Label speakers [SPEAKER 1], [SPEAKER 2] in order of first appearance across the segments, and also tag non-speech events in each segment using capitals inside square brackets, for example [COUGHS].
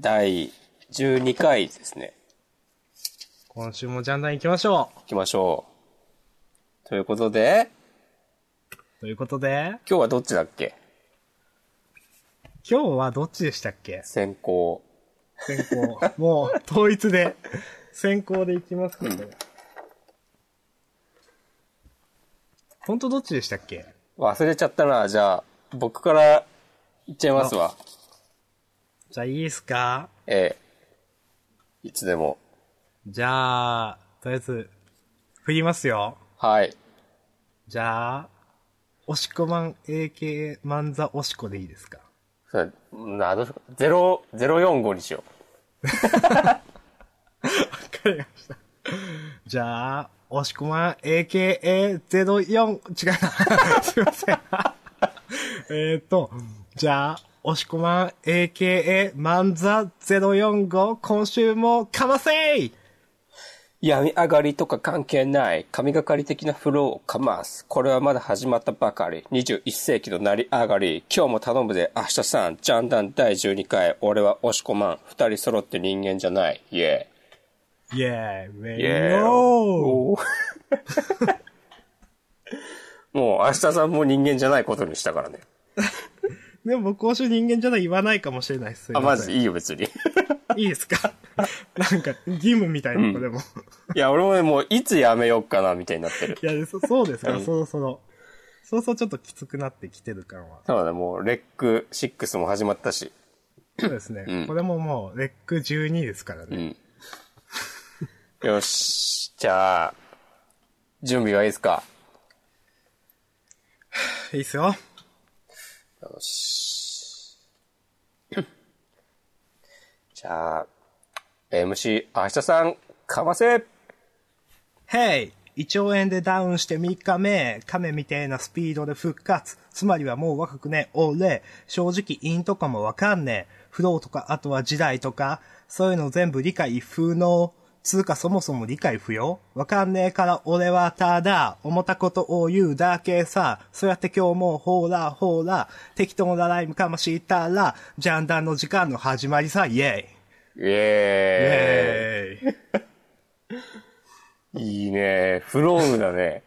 [SPEAKER 1] 第12回ですね。
[SPEAKER 2] 今週もジャンダン行きましょ
[SPEAKER 1] 行きましょう。ということで、
[SPEAKER 2] うということで、
[SPEAKER 1] 今日はどっちだっけ
[SPEAKER 2] 今日はどっちでしたっけ
[SPEAKER 1] 先行。
[SPEAKER 2] 先行。もう、統一で、先行で行きますけど。本当どっちでしたっけ
[SPEAKER 1] 忘れちゃったな。じゃあ、僕から言っちゃいますわ。
[SPEAKER 2] じゃあいいっすか
[SPEAKER 1] ええ。いつでも。
[SPEAKER 2] じゃあ、とりあえず、振りますよ。
[SPEAKER 1] はい。
[SPEAKER 2] じゃあ、おしこまん AK 漫座おしこでいいですか
[SPEAKER 1] それな、どうしようか。ゼロ、ゼロ四五にしよ。
[SPEAKER 2] わかりました。じゃあ、おしこまん AKA04、違うな。 [LAUGHS] すいません。えーっと、じゃあ、おしこまん AKA 漫座045、今週もかませいう
[SPEAKER 1] 闇上がりとか関係ない。神がかり的なフローをかます。これはまだ始まったばかり。21世紀の成り上がり。今日も頼むで、明日さん。ジャンダン第12回。俺は押し込まん。二人揃って人間じゃない。イェーイ。
[SPEAKER 2] イェーイ、ウェ
[SPEAKER 1] イ
[SPEAKER 2] イ
[SPEAKER 1] ー
[SPEAKER 2] ヨー
[SPEAKER 1] おー [LAUGHS] もう明日さんも人間じゃないことにしたからね。
[SPEAKER 2] でも僕今週人間じゃない言わないかもしれないです。すい
[SPEAKER 1] あ、
[SPEAKER 2] ま
[SPEAKER 1] マ
[SPEAKER 2] せん
[SPEAKER 1] ジいいよ別に。い [LAUGHS]
[SPEAKER 2] いいですか [LAUGHS] なんか、義務みたいなことでも。
[SPEAKER 1] や、俺もね、もういつやめようかなみたいになってる。
[SPEAKER 2] いや、そそうです
[SPEAKER 1] う
[SPEAKER 2] か、
[SPEAKER 1] ん
[SPEAKER 2] そろそろ。そろそろちょっときつくなってきてる感は。
[SPEAKER 1] そうだね、もうレック6も始まったし。
[SPEAKER 2] そうですね。
[SPEAKER 1] うん
[SPEAKER 2] これももう、レック12ですから
[SPEAKER 1] う
[SPEAKER 2] ね。
[SPEAKER 1] ん。よし、じゃあ、準備はいいですか
[SPEAKER 2] いいっすよ。
[SPEAKER 1] よし。じゃあ、MC 明日さん、かませ
[SPEAKER 2] Hey! 胃腸炎でダウンして3日目、亀みてえなスピードで復活。つまりはもう若くねえ、俺。正直、陰とかもわかんねえ。フローとか、あとは時代とか、そういうの全部理解不能。つうかそもそも理解不要わかんねえから俺はただ、思ったことを言うだけさ。そうやって今日もほらほら、適当なライムかましたら、ジャンダンの時間の始まりさ、イェイ。
[SPEAKER 1] イエーイ
[SPEAKER 2] イ [LAUGHS] ェイ。
[SPEAKER 1] いいね。フローだね。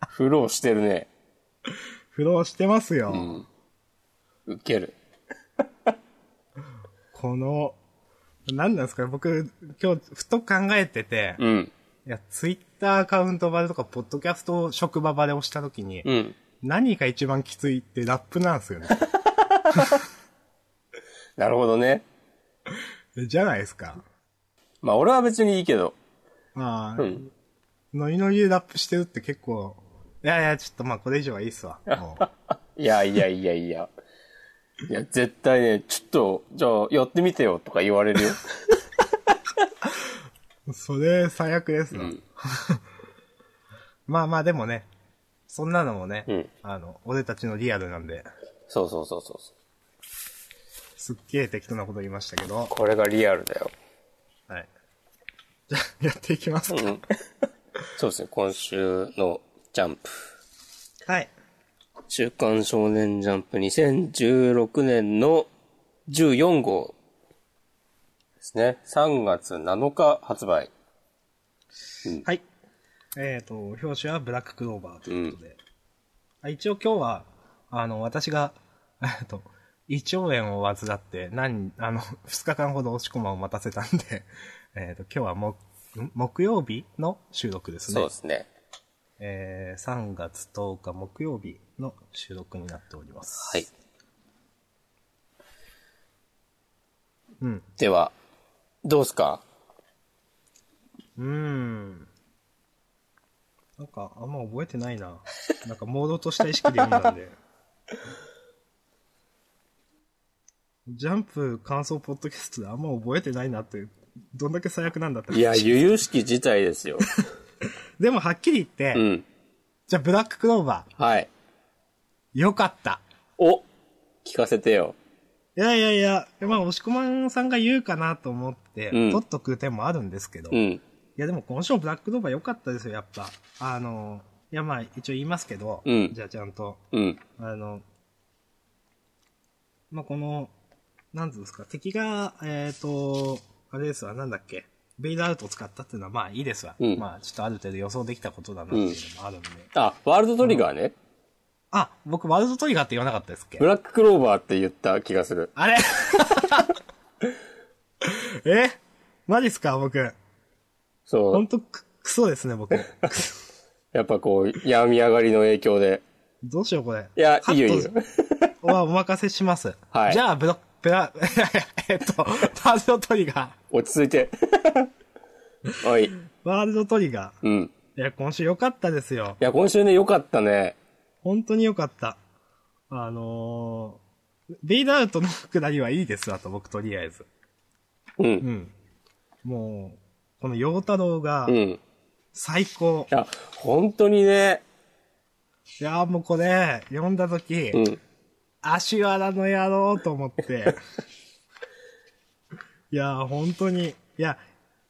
[SPEAKER 1] [LAUGHS] フローしてるね。
[SPEAKER 2] フローしてますよ。
[SPEAKER 1] ウケる。
[SPEAKER 2] この、何なんですかね僕、今日、ふと考えてて、
[SPEAKER 1] うん。
[SPEAKER 2] いや、ツイッターアカウント場でとか、ポッドキャストを職場場で押したときに、
[SPEAKER 1] うん。
[SPEAKER 2] 何が一番きついってラップなんです
[SPEAKER 1] [LAUGHS]
[SPEAKER 2] よね。
[SPEAKER 1] なるほどね。
[SPEAKER 2] じゃないですか。
[SPEAKER 1] まあ俺は別にいいけど。
[SPEAKER 2] まあ、
[SPEAKER 1] うん。
[SPEAKER 2] ノリノリでラップしてるって結構、いやいや、ちょっとまあこれ以上はいいっすわ。もう
[SPEAKER 1] いやいやいやいや。いや、絶対ね、ちょっと、じゃあやってみてよとか言われるよ。
[SPEAKER 2] それ、最悪ですわ。 [LAUGHS] まあまあでもね、そんなのもね、
[SPEAKER 1] うん
[SPEAKER 2] あの、俺たちのリアルなんで、
[SPEAKER 1] [LAUGHS] そうそうそうそうそう。
[SPEAKER 2] すっげえ適当なこと言いましたけど、
[SPEAKER 1] これがリアルだよ。
[SPEAKER 2] はい。じゃあ、やっていきますか。
[SPEAKER 1] うん。そうですね、今週のジャンプ。
[SPEAKER 2] はい。
[SPEAKER 1] 週刊少年ジャンプ2016年の14号ですね。3月7日発売。
[SPEAKER 2] はい。えっ、と、表紙はブラッククローバーということで。
[SPEAKER 1] う
[SPEAKER 2] あ一応今日は、あの、私が、 [LAUGHS] えっと、胃腸炎を患って、何、あの、2日 [LAUGHS] 間ほど押し込まを待たせたんで、 [LAUGHS] えっ、と、今日はも、ん木曜日の収録です
[SPEAKER 1] そう
[SPEAKER 2] ね
[SPEAKER 1] で。すね。
[SPEAKER 2] えー、3月10日木曜日の収録になっております。
[SPEAKER 1] はい。
[SPEAKER 2] うん。
[SPEAKER 1] では、どうすか
[SPEAKER 2] うーん。なんか、あんま覚えてない
[SPEAKER 1] [LAUGHS]
[SPEAKER 2] な。なんか、モードとした意識で読んだんで。ジャンプ感想ポッドキャストであんま覚えてないなって、どんだけ最悪なんだって。
[SPEAKER 1] いや、 [LAUGHS] 由々しき事態ですよ。
[SPEAKER 2] でもはっきり言って、
[SPEAKER 1] うん。
[SPEAKER 2] じゃあブラッククローバ
[SPEAKER 1] はい。
[SPEAKER 2] ー、よかった。
[SPEAKER 1] お聞かせてよ。
[SPEAKER 2] いやいやいや、まあ、押し込まんさんが言うかなと思って、
[SPEAKER 1] うん
[SPEAKER 2] 取っとく点もあるんですけど、
[SPEAKER 1] う
[SPEAKER 2] い
[SPEAKER 1] ん。
[SPEAKER 2] やでも今週もブラッククローバー良かったですよ、やっぱ。あの、いやまあ、一応言いますけど、
[SPEAKER 1] うん
[SPEAKER 2] じゃあちゃんと
[SPEAKER 1] うん。
[SPEAKER 2] あの、まあ、この、なんつうんですか、敵が、えっ、と、あれですわ、なんだっけ、ベイルアウトを使ったっていうのは、まあいいですわ。
[SPEAKER 1] うん
[SPEAKER 2] まあ、ちょっとある程度予想できたことだなっていうのもあるんで。
[SPEAKER 1] あ、ワールドトリガーね。
[SPEAKER 2] あ、僕、ワールドトリガーって言わなかったですっけ
[SPEAKER 1] ブラッククローバーって言った気がする。
[SPEAKER 2] あれ [LAUGHS] えマジっすか僕。
[SPEAKER 1] そ
[SPEAKER 2] ほ
[SPEAKER 1] う。
[SPEAKER 2] んとく、クソですね、僕。
[SPEAKER 1] やっぱこう、病み上がりの影響で。
[SPEAKER 2] どうしよう、これ。
[SPEAKER 1] いや、
[SPEAKER 2] カ
[SPEAKER 1] い
[SPEAKER 2] ッ
[SPEAKER 1] い
[SPEAKER 2] ト
[SPEAKER 1] よいいよ。
[SPEAKER 2] はお任せします。
[SPEAKER 1] はい
[SPEAKER 2] じゃあ、ブロック、 [LAUGHS] ブラ、えっと、ワールドトリガー。
[SPEAKER 1] 落ち着いて。 [LAUGHS] はい。
[SPEAKER 2] ワールドトリガ
[SPEAKER 1] うん。い
[SPEAKER 2] ー。いや、今週良かったですよ。
[SPEAKER 1] や、今週ね、良かったね。
[SPEAKER 2] 本当に良かった。あのー、ベイダウトの下りはいいですわと、僕とりあえず。
[SPEAKER 1] う。
[SPEAKER 2] うんん。もう、この陽太郎が
[SPEAKER 1] うん。い
[SPEAKER 2] 最高。
[SPEAKER 1] や、本当にね。
[SPEAKER 2] いやーもうこれ、読んだ時
[SPEAKER 1] うん。
[SPEAKER 2] 足原の野郎と思って。 [LAUGHS] いやー、本当に。いや、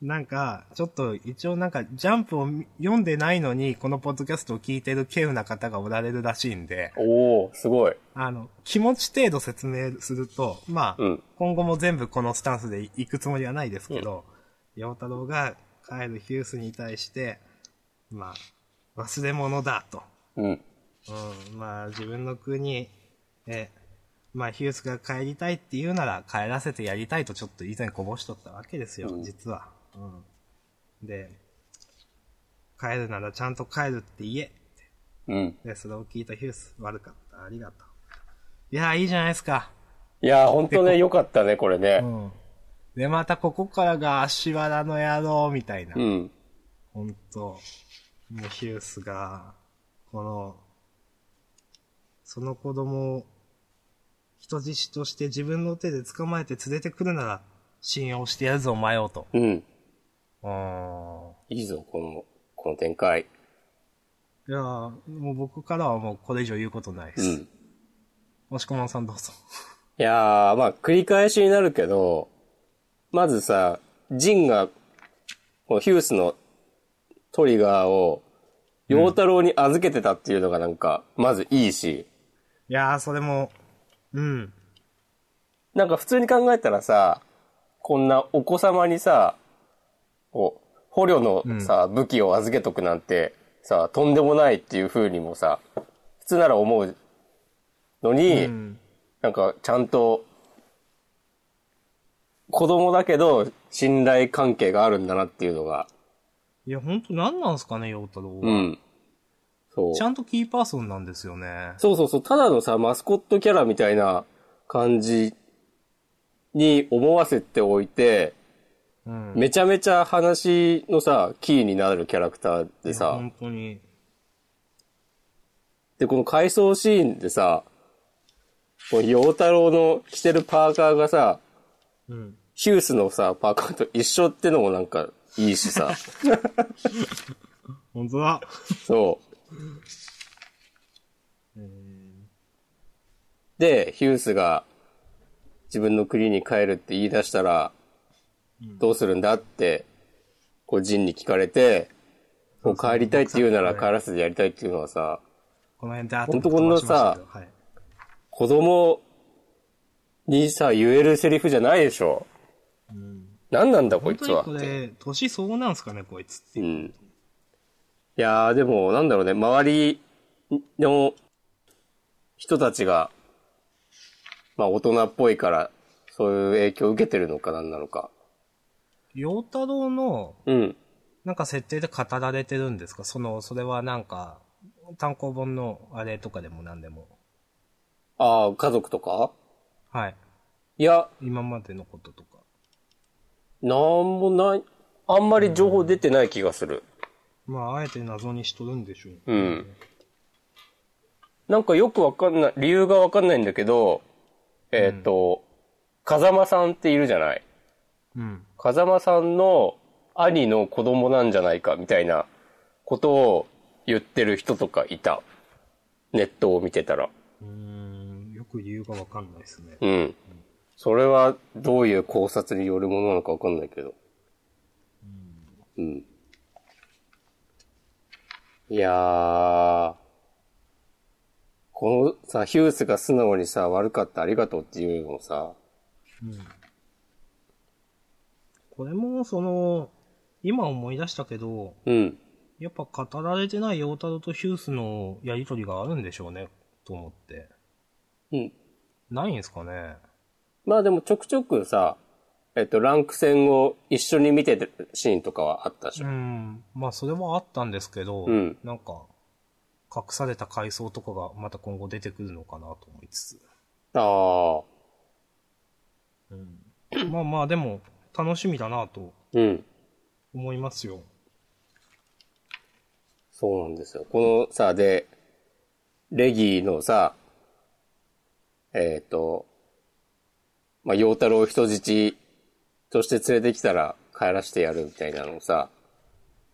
[SPEAKER 2] なんか、ちょっと一応なんか、ジャンプを見読んでないのに、このポッドキャストを聞いてる稀有な方がおられるらしいんで、
[SPEAKER 1] おー、すごい。
[SPEAKER 2] あの、気持ち程度説明すると、まあ、
[SPEAKER 1] うん
[SPEAKER 2] 今後も全部このスタンスで行くつもりはないですけど、陽太郎が帰るヒュースに対して、まあ、忘れ物だと。
[SPEAKER 1] うん。
[SPEAKER 2] うん、まあ自分の国えまあヒュースが帰りたいって言うなら帰らせてやりたいとちょっと以前こぼしとったわけですよ、
[SPEAKER 1] うん
[SPEAKER 2] 実は。うん、で、帰るならちゃんと帰るって言え。
[SPEAKER 1] うん。
[SPEAKER 2] で、それを聞いたヒュース、悪かった、ありがとう。いやー、いいじゃないですか。
[SPEAKER 1] いや、本当ね、良かったね、これ
[SPEAKER 2] う
[SPEAKER 1] ね。
[SPEAKER 2] ん。で、またここからが足原の野郎みたいな。
[SPEAKER 1] うん。
[SPEAKER 2] ほんと、もうヒュースが、この、その子供を人質として自分の手で捕まえて連れてくるなら信用してやるぞ、お前をと。
[SPEAKER 1] うん。
[SPEAKER 2] うーん。
[SPEAKER 1] いいぞ、この、この展開。
[SPEAKER 2] いやーもう僕からはもうこれ以上言うことないで
[SPEAKER 1] う
[SPEAKER 2] す。
[SPEAKER 1] ん。
[SPEAKER 2] もしこまんさんどうぞ。
[SPEAKER 1] いやー、まあ、繰り返しになるけど、まずさ、ジンが、このヒュースのトリガーを、陽太郎に預けてたっていうのがなんか、まずいいし、
[SPEAKER 2] いやーそれも、うん。
[SPEAKER 1] なんか普通に考えたらさ、こんなお子様にさ、こう、捕虜のさ、武器を預けとくなんて、さ、とんでもないっていう風にもさ、普通なら思うのに、
[SPEAKER 2] うん。
[SPEAKER 1] なんか、ちゃんと、子供だけど、信頼関係があるんだなっていうのが。
[SPEAKER 2] いや、ほんと何なんすかね、陽太郎
[SPEAKER 1] う
[SPEAKER 2] は。
[SPEAKER 1] ん。そう。
[SPEAKER 2] ちゃんとキーパーソンなんですよね。
[SPEAKER 1] そうそうそう。ただのさ、マスコットキャラみたいな感じに思わせておいて、
[SPEAKER 2] うん。
[SPEAKER 1] めちゃめちゃ話のさ、キーになるキャラクターでさ、
[SPEAKER 2] 本当に。
[SPEAKER 1] で、この回想シーンでさ、この陽太郎の着てるパーカーがさ、
[SPEAKER 2] うん。
[SPEAKER 1] ヒュースのさ、パーカーと一緒ってのもなんかいいしさ。
[SPEAKER 2] 本当だ。
[SPEAKER 1] そう。で、ヒュースが自分の国に帰るって言い出したら、どうするんだって、こう、ジンに聞かれて、こう帰りたいって言うなら帰らせてやりたいっていうのはさ、
[SPEAKER 2] この辺で、あ
[SPEAKER 1] ほんとこんなさ
[SPEAKER 2] はい。
[SPEAKER 1] 子供にさ、言えるセリフじゃないでしょ。何なんだこいつ
[SPEAKER 2] 本当
[SPEAKER 1] は
[SPEAKER 2] にこ。れ、年相応なんすかね、こいつって
[SPEAKER 1] う
[SPEAKER 2] いう。
[SPEAKER 1] ん。いやー、でも、なんだろうね、周りの人たちが、まあ、大人っぽいから、そういう影響を受けてるのかなんなのか。
[SPEAKER 2] 陽太郎の、
[SPEAKER 1] うん。
[SPEAKER 2] なんか設定で語られてるんですかその、それはなんか、単行本のあれとかでも何でも。
[SPEAKER 1] ああ、家族とか
[SPEAKER 2] はい。
[SPEAKER 1] いや、
[SPEAKER 2] 今までのこととか。
[SPEAKER 1] なんもない、あんまり情報出てない気がする。
[SPEAKER 2] まあ、あえて謎にしとるんでしょう。
[SPEAKER 1] うん。なんかよくわかんない、理由がわかんないんだけど、えっ、と、風間さんっているじゃない
[SPEAKER 2] うん。
[SPEAKER 1] 風間さんの兄の子供なんじゃないかみたいなことを言ってる人とかいた。ネットを見てたら。
[SPEAKER 2] うーん、よく理由がわかんないですね。
[SPEAKER 1] うん。それはどういう考察によるものなのかわかんないけど。うん。いやー。このさ、ヒュースが素直にさ、悪かったありがとうっていうのもさ、
[SPEAKER 2] これも、その、今思い出したけど、
[SPEAKER 1] うん。
[SPEAKER 2] やっぱ語られてない陽太郎とヒュースのやりとりがあるんでしょうね、と思って。
[SPEAKER 1] うん。
[SPEAKER 2] ないんすかね
[SPEAKER 1] まあでもちょくちょくさ、えっと、ランク戦を一緒に見てるシーンとかはあったでし
[SPEAKER 2] う
[SPEAKER 1] ょ。
[SPEAKER 2] ん。まあ、それはあったんですけど、
[SPEAKER 1] うん
[SPEAKER 2] なんか、隠された階層とかがまた今後出てくるのかなと思いつ
[SPEAKER 1] ああ。
[SPEAKER 2] つ。まあまあ、でも、楽しみだなと
[SPEAKER 1] うん。
[SPEAKER 2] 思いますよ。
[SPEAKER 1] そうなんですよ。このさ、で、レギーのさ、えっ、と、まあ、陽太郎を人質として連れてきたら帰らしてやるみたいなのをさ、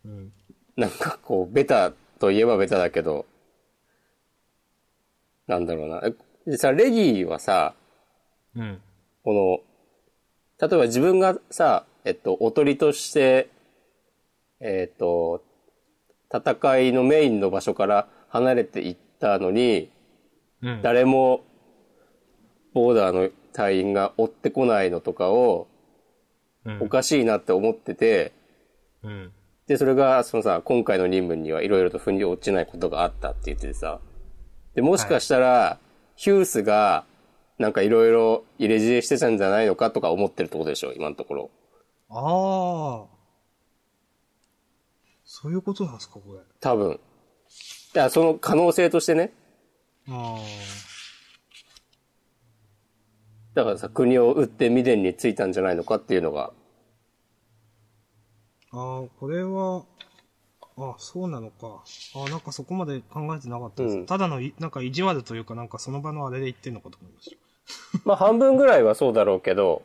[SPEAKER 2] うん。
[SPEAKER 1] なんかこう、ベタといえばベタだけど、なんだろうな。えでさ、レギーはさ、
[SPEAKER 2] うん。
[SPEAKER 1] この、例えば自分がさ、えっと、おとりとして、えっと、戦いのメインの場所から離れていったのに、
[SPEAKER 2] うん。
[SPEAKER 1] 誰も、ボーダーの隊員が追ってこないのとかを、
[SPEAKER 2] うん
[SPEAKER 1] おかしいなって思ってて、
[SPEAKER 2] うん。
[SPEAKER 1] で、それが、そのさ、今回の任務にはいろいろと腑に落ちないことがあったって言っててさ。で、もしかしたら、ヒュースが、なんかいろいろ入れ知恵してたんじゃないのかとか思ってるところでしょ、今のところ。
[SPEAKER 2] ああ。そういうことなんですか、これ。
[SPEAKER 1] 多分。だからその可能性としてね。
[SPEAKER 2] あ
[SPEAKER 1] だからさ、国を売って未伝に着いたんじゃないのかっていうのが。
[SPEAKER 2] あ。ああ、これは、あそうなのか。ああ、なんかそこまで考えてなかったです。
[SPEAKER 1] うん
[SPEAKER 2] ただのい、なんか意地悪というか、なんかその場のあれで言ってんのかと思いました。
[SPEAKER 1] まあ、半分ぐらいはそうだろうけど、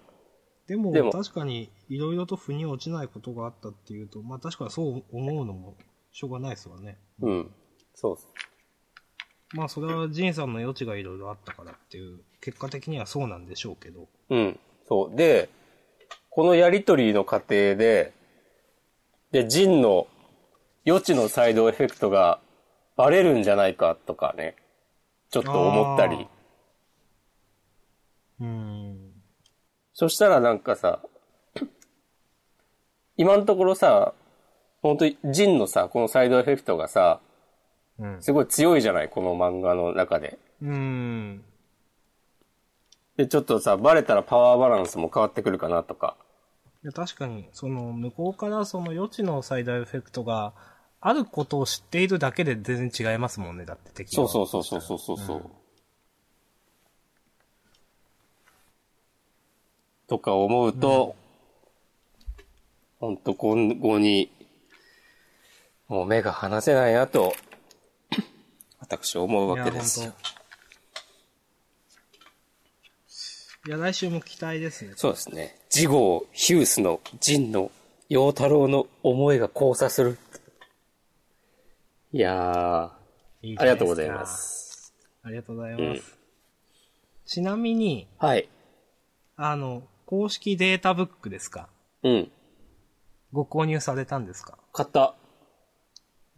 [SPEAKER 2] でも、
[SPEAKER 1] でも
[SPEAKER 2] 確かに、いろいろと腑に落ちないことがあったっていうと、まあ確かにそう思うのも、しょうがないですわね。
[SPEAKER 1] うん。そうっす。
[SPEAKER 2] まあそれは、ジンさんの余地がいろいろあったからっていう、結果的にはそうなんでしょうけど。
[SPEAKER 1] うん。そう。で、このやりとりの過程で、で、ジンの余地のサイドエフェクトがバレるんじゃないかとかね、ちょっと思った
[SPEAKER 2] あー
[SPEAKER 1] り。
[SPEAKER 2] うーん。
[SPEAKER 1] そしたらなんかさ、今のところさ、本当にジンのさ、このサイドエフェクトがさ、
[SPEAKER 2] うん。
[SPEAKER 1] すごい強いじゃないこの漫画の中で。
[SPEAKER 2] うーん。
[SPEAKER 1] で、ちょっとさ、バレたらパワーバランスも変わってくるかなとか。
[SPEAKER 2] いや確かに、その、向こうからその余地の最大エフェクトが、あることを知っているだけで全然違いますもんね、だって敵。
[SPEAKER 1] そうそううそうそうそうそう。うとか思うと、ほんと今後に、もう目が離せないなと、私思うわけです
[SPEAKER 2] いや
[SPEAKER 1] よ。
[SPEAKER 2] 本当いや、来週も期待ですね。
[SPEAKER 1] そうですね。次号、ヒュースの、ジンの、陽太郎の思いが交差する。いやー、
[SPEAKER 2] いいじ
[SPEAKER 1] ありが
[SPEAKER 2] ゃなで
[SPEAKER 1] とうご
[SPEAKER 2] か
[SPEAKER 1] ざいま。す。
[SPEAKER 2] ありがとうございます。ちなみに、
[SPEAKER 1] はい。
[SPEAKER 2] あの、公式データブックですか
[SPEAKER 1] うん。
[SPEAKER 2] ご購入されたんですか
[SPEAKER 1] 買った。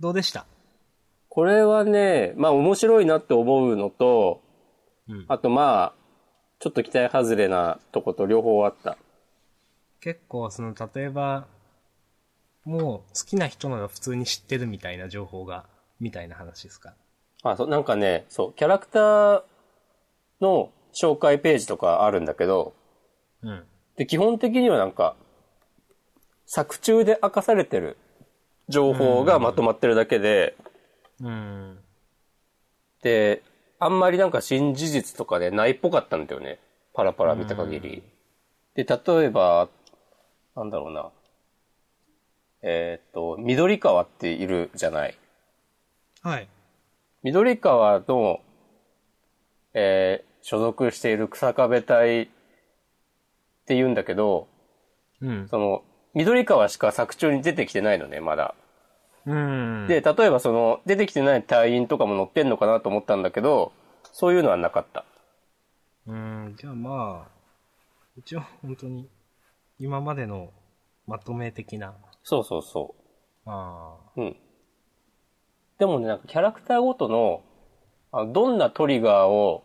[SPEAKER 2] どうでした
[SPEAKER 1] これはね、まあ面白いなって思うのと、
[SPEAKER 2] うん
[SPEAKER 1] あとまあ、ちょっと期待外れなとこと両方あった。
[SPEAKER 2] 結構その、例えば、もう好きな人なら普通に知ってるみたいな情報が、みたいな話ですか
[SPEAKER 1] あ、そう、なんかね、そう、キャラクターの紹介ページとかあるんだけど、
[SPEAKER 2] うん。
[SPEAKER 1] で、基本的にはなんか、作中で明かされてる情報がまとまってるだけで、
[SPEAKER 2] うん。
[SPEAKER 1] で、あんまりなんか新事実とかでないっぽかったんだよね。パラパラ見た限り。で、例えば、なんだろうな。えーっと、緑川っているじゃない。
[SPEAKER 2] はい。
[SPEAKER 1] 緑川の、えー所属している草壁隊って言うんだけど、
[SPEAKER 2] うん。
[SPEAKER 1] その、緑川しか作中に出てきてないのね、まだ。
[SPEAKER 2] うん。
[SPEAKER 1] で、例えばその、出てきてない隊員とかも乗ってんのかなと思ったんだけど、そういうのはなかった。
[SPEAKER 2] うん、じゃあまあ、一応本当に、今までのまとめ的な、
[SPEAKER 1] そうそうそう。
[SPEAKER 2] あ
[SPEAKER 1] うん。でもね、なんかキャラクターごとの、あどんなトリガーを、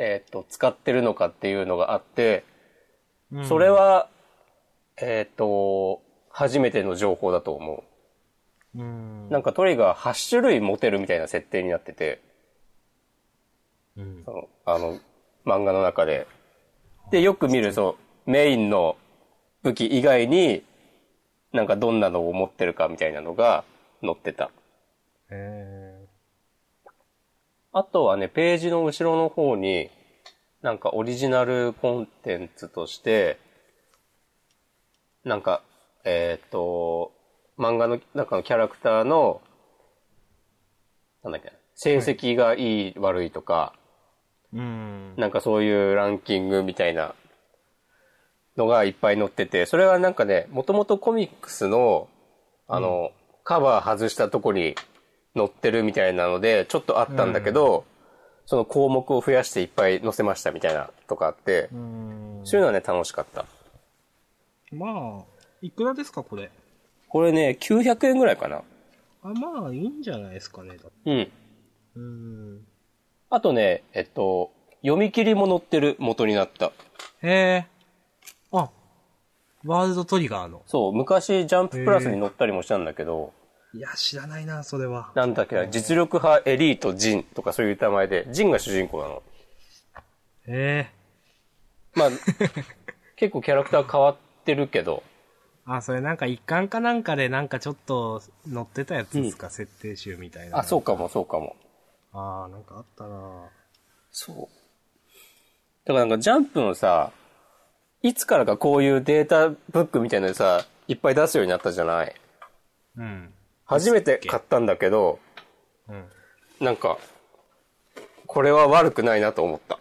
[SPEAKER 1] えーっと、使ってるのかっていうのがあって、
[SPEAKER 2] うん
[SPEAKER 1] それは、えっ、と、初めての情報だと思
[SPEAKER 2] うん
[SPEAKER 1] う。。なんかトリガー8種類持てるみたいな設定になってて、
[SPEAKER 2] うん
[SPEAKER 1] そのあの、漫画の中で。で、よく見る、そう、メインの武器以外に、なんかどんなのを持ってるかみたいなのが載ってた。
[SPEAKER 2] え
[SPEAKER 1] あとはね、ページの後ろの方に、なんかオリジナルコンテンツとして、なんか、えーっ、と、漫画の中のキャラクターの、なんだっけな、成績がいい、悪いとか、
[SPEAKER 2] ーうん。
[SPEAKER 1] なんかそういうランキングみたいなのがいっぱい載ってて、それはなんかね、もともとコミックスの、あの、カバー外したとこに載ってるみたいなので、ちょっとあったんだけど、その項目を増やしていっぱい載せましたみたいなとかあって、
[SPEAKER 2] うん
[SPEAKER 1] そういうのはね、楽しかった。
[SPEAKER 2] まあ、いくらですか、これ。
[SPEAKER 1] これね、900円ぐらいかな。
[SPEAKER 2] あ、まあ、いいんじゃないですかね。だ
[SPEAKER 1] うん。
[SPEAKER 2] うん。
[SPEAKER 1] あとね、えっと、読み切りも載ってる元になった。
[SPEAKER 2] へえ。あ、ワールドトリガーの。
[SPEAKER 1] そう、昔ジャンププラスに載ったりもしたんだけど、
[SPEAKER 2] いや、知らないな、それは。
[SPEAKER 1] なんだっけな、実力派エリートジンとかそういう名前で、ジンが主人公なの。
[SPEAKER 2] へえ。
[SPEAKER 1] ま [LAUGHS] あ、結構キャラクター変わってるけど、
[SPEAKER 2] あ、それなんか一貫かなんかでなんかちょっと載ってたやつですか、設定集みたいな。。
[SPEAKER 1] あ、そううかも、そうかも。
[SPEAKER 2] ああ、なんかあったな
[SPEAKER 1] そう。だからなんかジャンプのさ、いつからかこういうデータブックみたいなのさ、いっぱい出すようになったじゃない
[SPEAKER 2] うん。
[SPEAKER 1] 初めて買ったんだけど、
[SPEAKER 2] うん。
[SPEAKER 1] なんか、これは悪くないなと思った。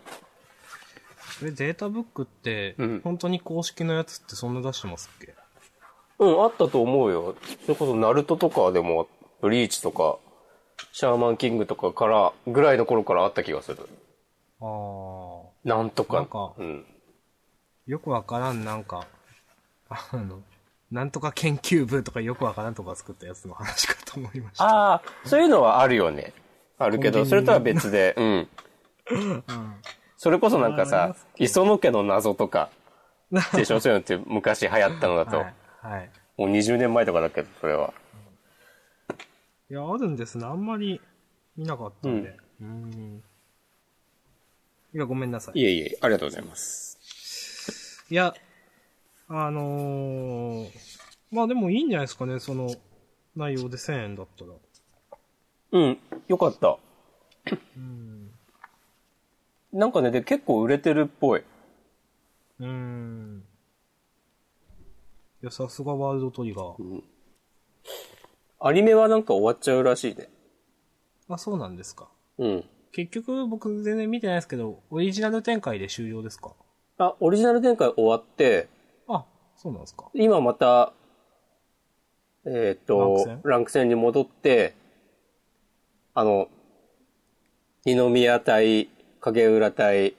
[SPEAKER 2] それデータブックって、
[SPEAKER 1] うん
[SPEAKER 2] 本当に公式のやつってそんな出してますっけ
[SPEAKER 1] うん、あったと思うよ。それこそ、ナルトとかでも、ブリーチとか、シャーマンキングとかから、ぐらいの頃からあった気がする。
[SPEAKER 2] ああ。
[SPEAKER 1] なんとか。
[SPEAKER 2] なんか
[SPEAKER 1] うん。
[SPEAKER 2] よくわからん、なんか、あの、なんとか研究部とかよくわからんとか作ったやつの話かと思いました。
[SPEAKER 1] ああ、そういうのはあるよね。あるけ
[SPEAKER 2] コンビ
[SPEAKER 1] ど、
[SPEAKER 2] ニ
[SPEAKER 1] それとは別で、うん。それこそなんか
[SPEAKER 2] ありま
[SPEAKER 1] さ
[SPEAKER 2] す、
[SPEAKER 1] 磯野家の謎と
[SPEAKER 2] [LAUGHS]
[SPEAKER 1] か、でしょそういうのって昔流行ったのだと。
[SPEAKER 2] はい。はい。
[SPEAKER 1] もう20年前とかだけど、それは。
[SPEAKER 2] いや、あるんですね。あんまり見なかったんで。うーん。いや、ごめんなさい。
[SPEAKER 1] いえいえ、ありがとうございます。
[SPEAKER 2] いや、あのー、まあでもいいんじゃないですかね、その内容で1000円だったら。
[SPEAKER 1] うん、よかった。
[SPEAKER 2] うん。
[SPEAKER 1] なんかね、で結構売れてるっぽい。
[SPEAKER 2] うーん。いや、さすがワールドトリガー。
[SPEAKER 1] アニメはなんか終わっちゃうらしいね。
[SPEAKER 2] あ、そうなんですか。
[SPEAKER 1] うん。
[SPEAKER 2] 結局僕全然見てないですけど、オリジナル展開で終了ですか
[SPEAKER 1] あ、オリジナル展開終わって、
[SPEAKER 2] あ、そうなんですか。
[SPEAKER 1] 今また、えっ、と
[SPEAKER 2] ランク戦
[SPEAKER 1] ランク戦に戻って、あの、二宮隊、影浦隊、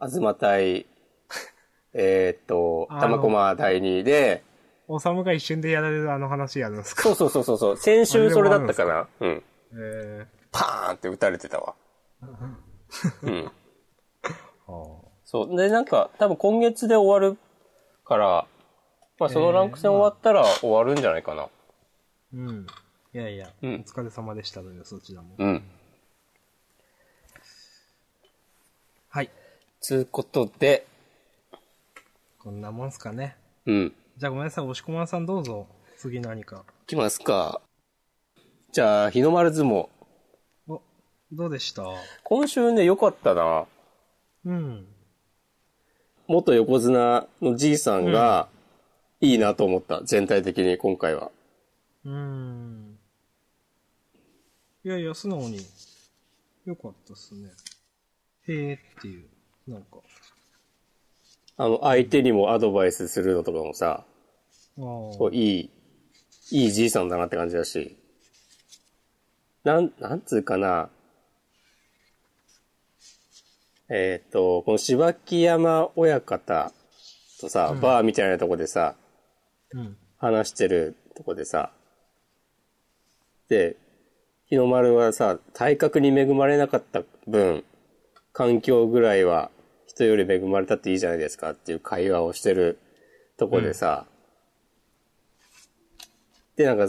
[SPEAKER 1] 東
[SPEAKER 2] [LAUGHS]
[SPEAKER 1] 隊、えっ、と
[SPEAKER 2] あ、の
[SPEAKER 1] 玉駒隊2で、
[SPEAKER 2] おさむが一瞬でやられるあの話やるんですか
[SPEAKER 1] そうそうそうそうそう、先週それだったかな。うん。
[SPEAKER 2] えー、
[SPEAKER 1] パーンって撃たれてたわ。うん。
[SPEAKER 2] はあ
[SPEAKER 1] そう。で、なんか、多分今月で終わるから、まあそのランク戦終わったら終わるんじゃないかな。
[SPEAKER 2] うん。いやいや、
[SPEAKER 1] うん
[SPEAKER 2] お疲れ様でしたのよ、そちらも。
[SPEAKER 1] うん。
[SPEAKER 2] はい。
[SPEAKER 1] つうことで、
[SPEAKER 2] こんなもんすかね。
[SPEAKER 1] うん。
[SPEAKER 2] じゃあごめんなさい、押し込まんさんどうぞ。次何か。
[SPEAKER 1] いきますか。じゃあ、日の丸相撲。
[SPEAKER 2] お、どうでした
[SPEAKER 1] 今週ね、良かったな。
[SPEAKER 2] うん。
[SPEAKER 1] 元横綱のじいさんが、いいなと思った。全体的に、今回は。
[SPEAKER 2] うーん。いやいや、素直に。よかったっすね。へえっていう。なんか。
[SPEAKER 1] あの、相手にもアドバイスするのとかもさ、
[SPEAKER 2] ああ。
[SPEAKER 1] こういい、いいじいさんだなって感じだし。なん、なんつうかな。えーっ、と、この柴木山親方とさ、バーみたいなとこでさ、
[SPEAKER 2] うん。
[SPEAKER 1] 話してるとこでさ、で、日の丸はさ、体格に恵まれなかった分、環境ぐらいは人より恵まれたっていいじゃないですかっていう会話をしてるとこでさ、で、なんか、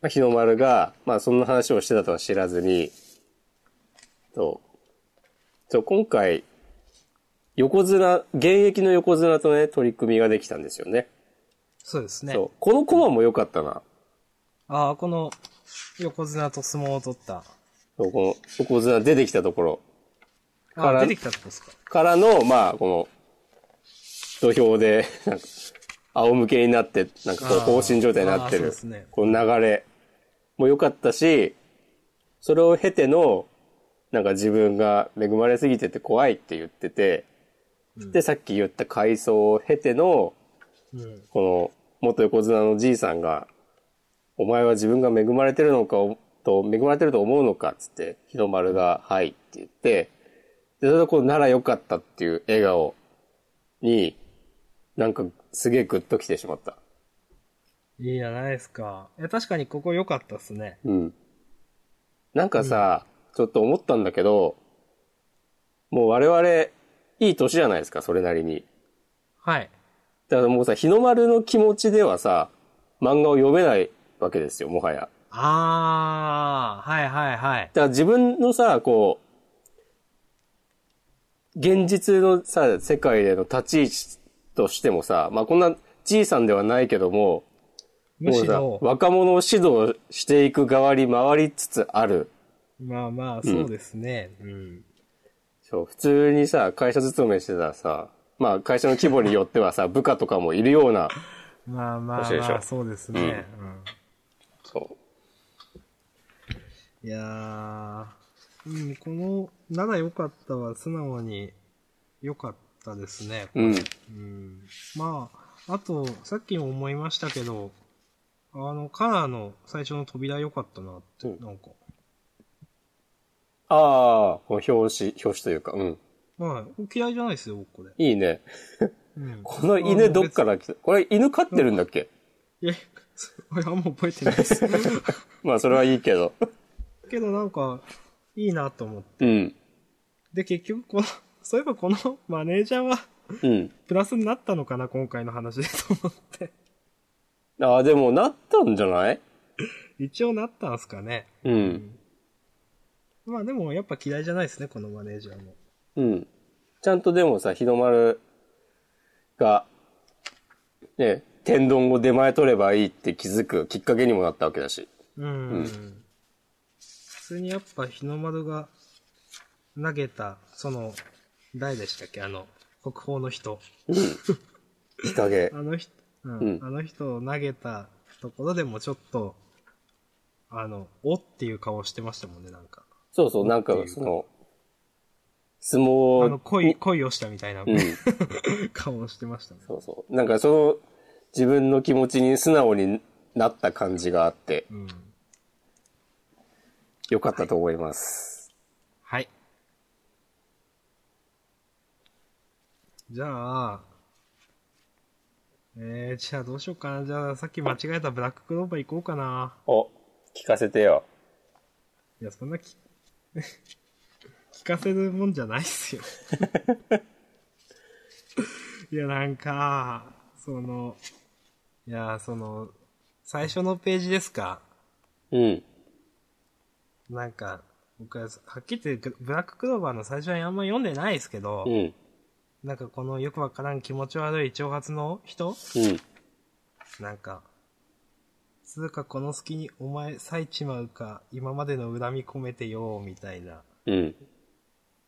[SPEAKER 1] まあ、日の丸が、まあ、そんな話をしてたとは知らずに、と、と今回、横綱、現役の横綱とね、取り組みができたんですよね。
[SPEAKER 2] そうですね
[SPEAKER 1] そ。う。このコマも良かったな。
[SPEAKER 2] ああ、この、横綱と相撲を取った。
[SPEAKER 1] そうこの横綱出てきたところか
[SPEAKER 2] あ
[SPEAKER 1] ら
[SPEAKER 2] 出てきたとこですか。
[SPEAKER 1] からの、まあ、この、土俵で、なんか、仰向けになって、なんかこう、
[SPEAKER 2] あー
[SPEAKER 1] 放心状態になって
[SPEAKER 2] あーそう
[SPEAKER 1] る
[SPEAKER 2] で、すね
[SPEAKER 1] この流れも良かったし、それを経ての、なんか自分が恵まれすぎてて怖いって言ってて、で、さっき言った回想を経ての、
[SPEAKER 2] うん。
[SPEAKER 1] この、元横綱のじいさんが、お前は自分が恵まれてるのかを、と、恵まれてると思うのかっつって、日の丸が、はいって言って、で、それでこう、ならよかったっていう笑顔に、なんか、すげえグッときてしまった。
[SPEAKER 2] いいじゃないですか。いや、確かにここ良かったっすね。
[SPEAKER 1] うん。なんかさ、ちょっと思ったんだけど、もう我々、いい年じゃないですか、それなりに。
[SPEAKER 2] はい。
[SPEAKER 1] だからもうさ、日の丸の気持ちではさ、漫画を読めないわけですよ、もはや。
[SPEAKER 2] ああ、はいはいはい。
[SPEAKER 1] だから自分のさ、こう、現実のさ、世界での立ち位置としてもさ、まあこんなじいさんではないけども、
[SPEAKER 2] むし
[SPEAKER 1] も
[SPEAKER 2] ろ
[SPEAKER 1] うさ、、若者を指導していく側に回りつつある。
[SPEAKER 2] まあまあ、そうですね。うん。
[SPEAKER 1] そう、普通にさ、会社勤めしてたらさ、まあ会社の規模によってはさ、 [LAUGHS] 部下とかもいるような、
[SPEAKER 2] まあまあ
[SPEAKER 1] そうでし
[SPEAKER 2] ま
[SPEAKER 1] ょ
[SPEAKER 2] あ、そうですね。うん
[SPEAKER 1] そう、
[SPEAKER 2] いやー、うん、この、なら良かったは素直に良かったですね。
[SPEAKER 1] うん、
[SPEAKER 2] うん。まあ、あと、さっきも思いましたけど、あの、カラーの最初の扉良かったなって、
[SPEAKER 1] うん
[SPEAKER 2] なんか。
[SPEAKER 1] ああ、この表紙、表紙というか、うん。
[SPEAKER 2] はい。嫌いじゃないですよ、僕これ。
[SPEAKER 1] いいね。
[SPEAKER 2] うん。
[SPEAKER 1] この犬どっから来たこれ犬飼ってるんだっけ
[SPEAKER 2] いや、それあんま覚えてな
[SPEAKER 1] [LAUGHS]
[SPEAKER 2] いです。
[SPEAKER 1] まあそれはいいけど。
[SPEAKER 2] けどなんか、いいなと思って。
[SPEAKER 1] うん。
[SPEAKER 2] で、結局、この、 [LAUGHS] そういえばこのマネージャーは、
[SPEAKER 1] うん。
[SPEAKER 2] プラスになったのかな、今回の話で [LAUGHS] と思って。
[SPEAKER 1] ああ、でもなったんじゃない
[SPEAKER 2] 一応なったんすかね。
[SPEAKER 1] うん。
[SPEAKER 2] まあでも、やっぱ嫌いじゃないですね、このマネージャーも。
[SPEAKER 1] うん。ちゃんとでもさ、日の丸が、ね、天丼を出前取ればいいって気づくきっかけにもなったわけだし。
[SPEAKER 2] うん。
[SPEAKER 1] うん
[SPEAKER 2] 普通にやっぱ日の丸が投げた、その、誰でしたっけあの、国宝の人。
[SPEAKER 1] 日陰
[SPEAKER 2] あ。の人、うん、
[SPEAKER 1] うん
[SPEAKER 2] あの人を投げたところでもちょっと、あの、おっていう顔してましたもんね、なんか。
[SPEAKER 1] そうそう、なんかその、相撲
[SPEAKER 2] あ
[SPEAKER 1] を
[SPEAKER 2] の、、恋、恋をしたみたいな
[SPEAKER 1] うん。
[SPEAKER 2] 顔をしてましたね。
[SPEAKER 1] そうそう。なんかその、自分の気持ちに素直になった感じがあって、
[SPEAKER 2] うん。
[SPEAKER 1] よかったと思います。
[SPEAKER 2] はい。じゃあ、えー、じゃあどうしようかな。じゃあさっき間違えたブラッククローバー行こうかな。
[SPEAKER 1] お、聞かせてよ。
[SPEAKER 2] いや、そんなき、 [LAUGHS] 聞かせるもんじゃないっすよ。 [LAUGHS] いや、なんか、その、いや、その、最初のページですか
[SPEAKER 1] うん。
[SPEAKER 2] なんか、僕は、はっきり言って、ブラッククローバーの最初はあんま読んでないですけど、
[SPEAKER 1] うん。
[SPEAKER 2] なんかこのよくわからん気持ち悪い挑発の人
[SPEAKER 1] うん。
[SPEAKER 2] なんか、つうかこの隙にお前咲いちまうか、今までの恨み込めてよ、みたいな。
[SPEAKER 1] うん。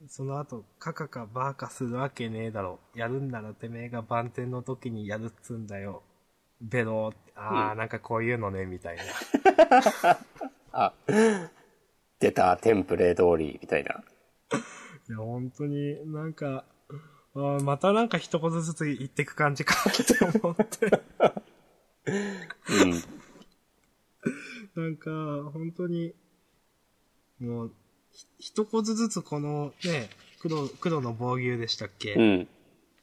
[SPEAKER 2] その後、カカかバーカするわけねえだろ。やるんならてめえが番天の時にやるっつんだよ。ベローって、あー、なんかこういうのね、みたいな。
[SPEAKER 1] 出た、テンプレ通り、みたいな。
[SPEAKER 2] いや、本当になんか、あーまたなんか一言ずつ言ってく感じかって思って。
[SPEAKER 1] うん。
[SPEAKER 2] なんか、本当に、もう、ひ一言ずつこのね、黒、黒の防牛でしたっけ、
[SPEAKER 1] うん。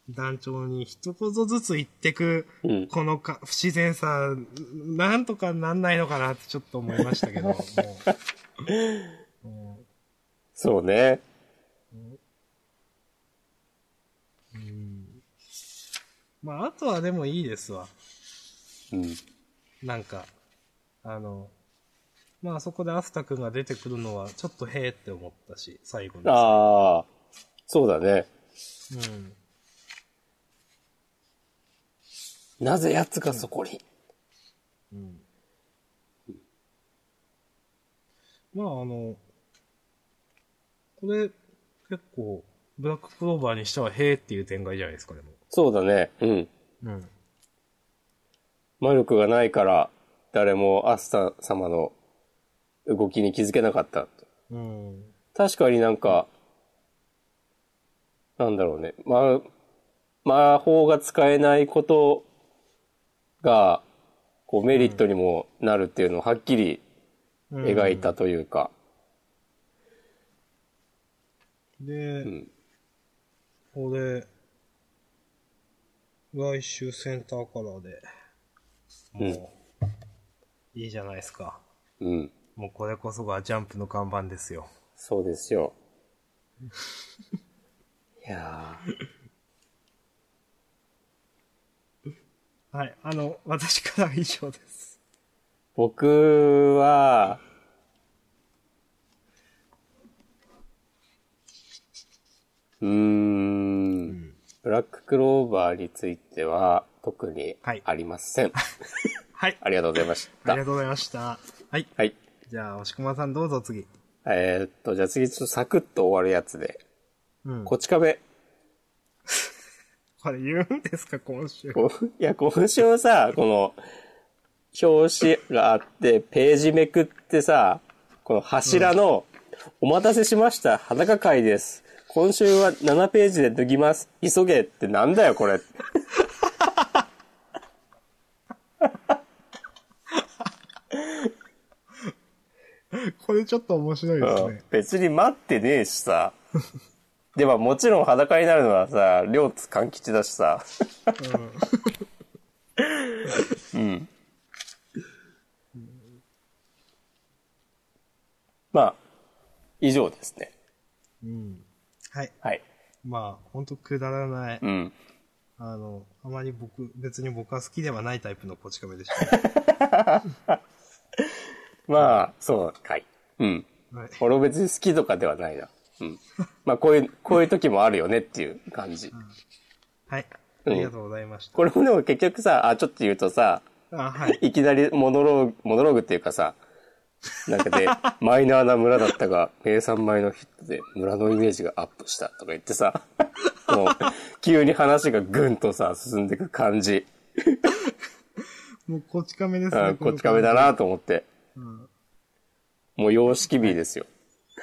[SPEAKER 2] 団長に一言ずつ言ってく、
[SPEAKER 1] うん
[SPEAKER 2] このか不自然さ、なんとかなんないのかなってちょっと思いましたけど、
[SPEAKER 1] [LAUGHS]
[SPEAKER 2] もう。も
[SPEAKER 1] そうね。
[SPEAKER 2] うまあ、あとはでもいいですわ。
[SPEAKER 1] うん。
[SPEAKER 2] なんか、あの、まあそこでアスタ君が出てくるのは、ちょっとへえって思ったし、最後に。
[SPEAKER 1] ああ、そうだね。
[SPEAKER 2] うん。
[SPEAKER 1] なぜ奴がそこに。
[SPEAKER 2] まああの、これ、結構、ブラッククローバーにしてはへえっていう展開じゃないですか、でも。
[SPEAKER 1] そうだね。うん。
[SPEAKER 2] うん。
[SPEAKER 1] 魔力がないから、誰もアスタ様の動きに気づけなかった。
[SPEAKER 2] うん。
[SPEAKER 1] 確かになんか、なんだろうね。ま、魔法が使えないことが、こうメリットにもなるっていうのをはっきり描いたというか。
[SPEAKER 2] で、
[SPEAKER 1] ん
[SPEAKER 2] これ、来週センターカラーで、もう、いいじゃないですか。
[SPEAKER 1] うん。
[SPEAKER 2] もうこれこそがジャンプの看板ですよ。
[SPEAKER 1] そうですよ。 [LAUGHS] いや
[SPEAKER 2] はい、あの、私からは以上です。
[SPEAKER 1] ー僕は、うーん、ブラッククローバーについては特に
[SPEAKER 2] はい
[SPEAKER 1] ありま
[SPEAKER 2] [LAUGHS]
[SPEAKER 1] せん。
[SPEAKER 2] はい、
[SPEAKER 1] ありがとうございまし
[SPEAKER 2] あ
[SPEAKER 1] た
[SPEAKER 2] りが。とうございました。はい、
[SPEAKER 1] はい。
[SPEAKER 2] じゃあ、押駒さんどうぞ次。
[SPEAKER 1] えーっと、じゃあ次ちょっとサクッと終わるやつで。
[SPEAKER 2] うん。
[SPEAKER 1] こ
[SPEAKER 2] こ
[SPEAKER 1] ち亀。
[SPEAKER 2] れ言うんですか、今週。 [LAUGHS]
[SPEAKER 1] こういや、今週さ、この、表紙があって、ページめくってさ、この柱の、お待たせしました、裸会です。今週は7ページで脱ぎます。急げってなんだよ、これ。
[SPEAKER 2] これちょっと面白いですね。
[SPEAKER 1] 別に待ってねえしさ。 [LAUGHS] でももちろん裸になるのはさ、両津勘吉だしさ。うん。まあ、以上ですね。
[SPEAKER 2] うん。はい。
[SPEAKER 1] はい。
[SPEAKER 2] まあ、ほんとくだらない。
[SPEAKER 1] うん。
[SPEAKER 2] あの、あまり僕、別に僕は好きではないタイプのこち亀
[SPEAKER 1] [LAUGHS]
[SPEAKER 2] でした。
[SPEAKER 1] まあ、そうかい。うん。
[SPEAKER 2] はい。
[SPEAKER 1] 俺も別に好きとかではないな。うん。まあ、こういう、こういう時もあるよねっていう感じ。
[SPEAKER 2] はい。あ
[SPEAKER 1] うん
[SPEAKER 2] りがとうございました。
[SPEAKER 1] これもでも結局さ、あ、ちょっと言うとさ、
[SPEAKER 2] あ、はい。
[SPEAKER 1] [LAUGHS] いきなりモノローグ、モノローグっていうかさ、なんか [LAUGHS] で、マイナーな村だったが、名産米のヒットで村のイメージがアップしたとか言って [LAUGHS] さ、もう、急に話がぐんとさ、進んでいく感じ。
[SPEAKER 2] もうこち亀です
[SPEAKER 1] う
[SPEAKER 2] ね
[SPEAKER 1] ん、。こっち亀だ
[SPEAKER 2] な。
[SPEAKER 1] なと思って。もう様式美ですよ。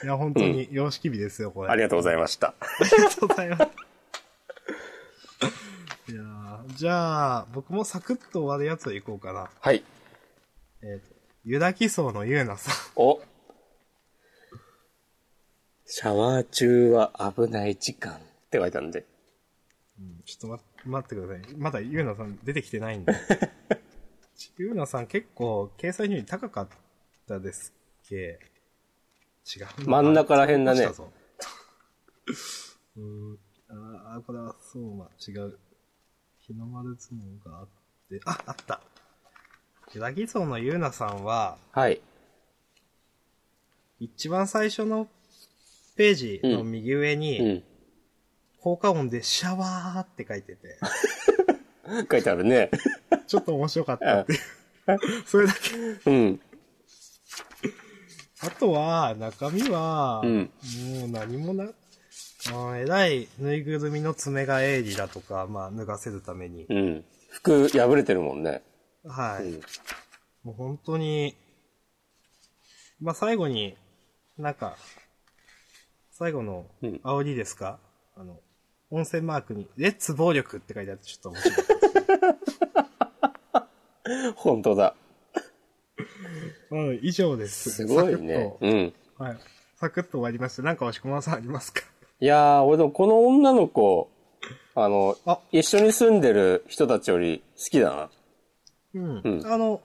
[SPEAKER 2] いや、本当に、様式美ですよ、これ。
[SPEAKER 1] ありがとうございました。
[SPEAKER 2] ありがとうございます。いやーじゃあ、僕もサクッと終わるやつをいこうかな。
[SPEAKER 1] はい。
[SPEAKER 2] えっ、と、ユダキソウのユーナさん。
[SPEAKER 1] おシャワー中は危ない時間って書いてあるんで。
[SPEAKER 2] ちょっとま、待ってください。まだユーナさん出てきてないんで。ユーナさん結構、掲載順位高かったですっけ違うな
[SPEAKER 1] 真ん中ら辺だね
[SPEAKER 2] 出したぞうーん、ああ、これは、そうま、違う。日の丸相撲があって、あ、あった。ユダギソウのユーナさんは、
[SPEAKER 1] はい。
[SPEAKER 2] 一番最初のページの右上に、
[SPEAKER 1] うん。
[SPEAKER 2] 効果音でシャワーって書いてて、
[SPEAKER 1] 書いてあるね。
[SPEAKER 2] ちょっと面白
[SPEAKER 1] [LAUGHS]
[SPEAKER 2] かったっていう。それだけ。
[SPEAKER 1] うん。
[SPEAKER 2] あとは、中身は、
[SPEAKER 1] うん
[SPEAKER 2] もう何もな、あえらいぬいぐるみの爪が鋭利だとか、まあ、脱がせるために。
[SPEAKER 1] うん。服破れてるもんね。
[SPEAKER 2] はい。
[SPEAKER 1] うん
[SPEAKER 2] もう本当に、まあ、最後に、なんか、最後の
[SPEAKER 1] うん、
[SPEAKER 2] 煽りですか、あの、音声マークに、レッツ暴力って書いてあってちょっと面白い。
[SPEAKER 1] 本当だ。 [LAUGHS]
[SPEAKER 2] うん、以上です。
[SPEAKER 1] すごいね
[SPEAKER 2] サ。クッ
[SPEAKER 1] うん。
[SPEAKER 2] とはい。サクッと終わりました。なんか押し込まさんありますか
[SPEAKER 1] いやー、俺でもこの女の子、あの、
[SPEAKER 2] あ
[SPEAKER 1] 一緒に住んでる人たちより好きだな。
[SPEAKER 2] うん。
[SPEAKER 1] うん
[SPEAKER 2] あの、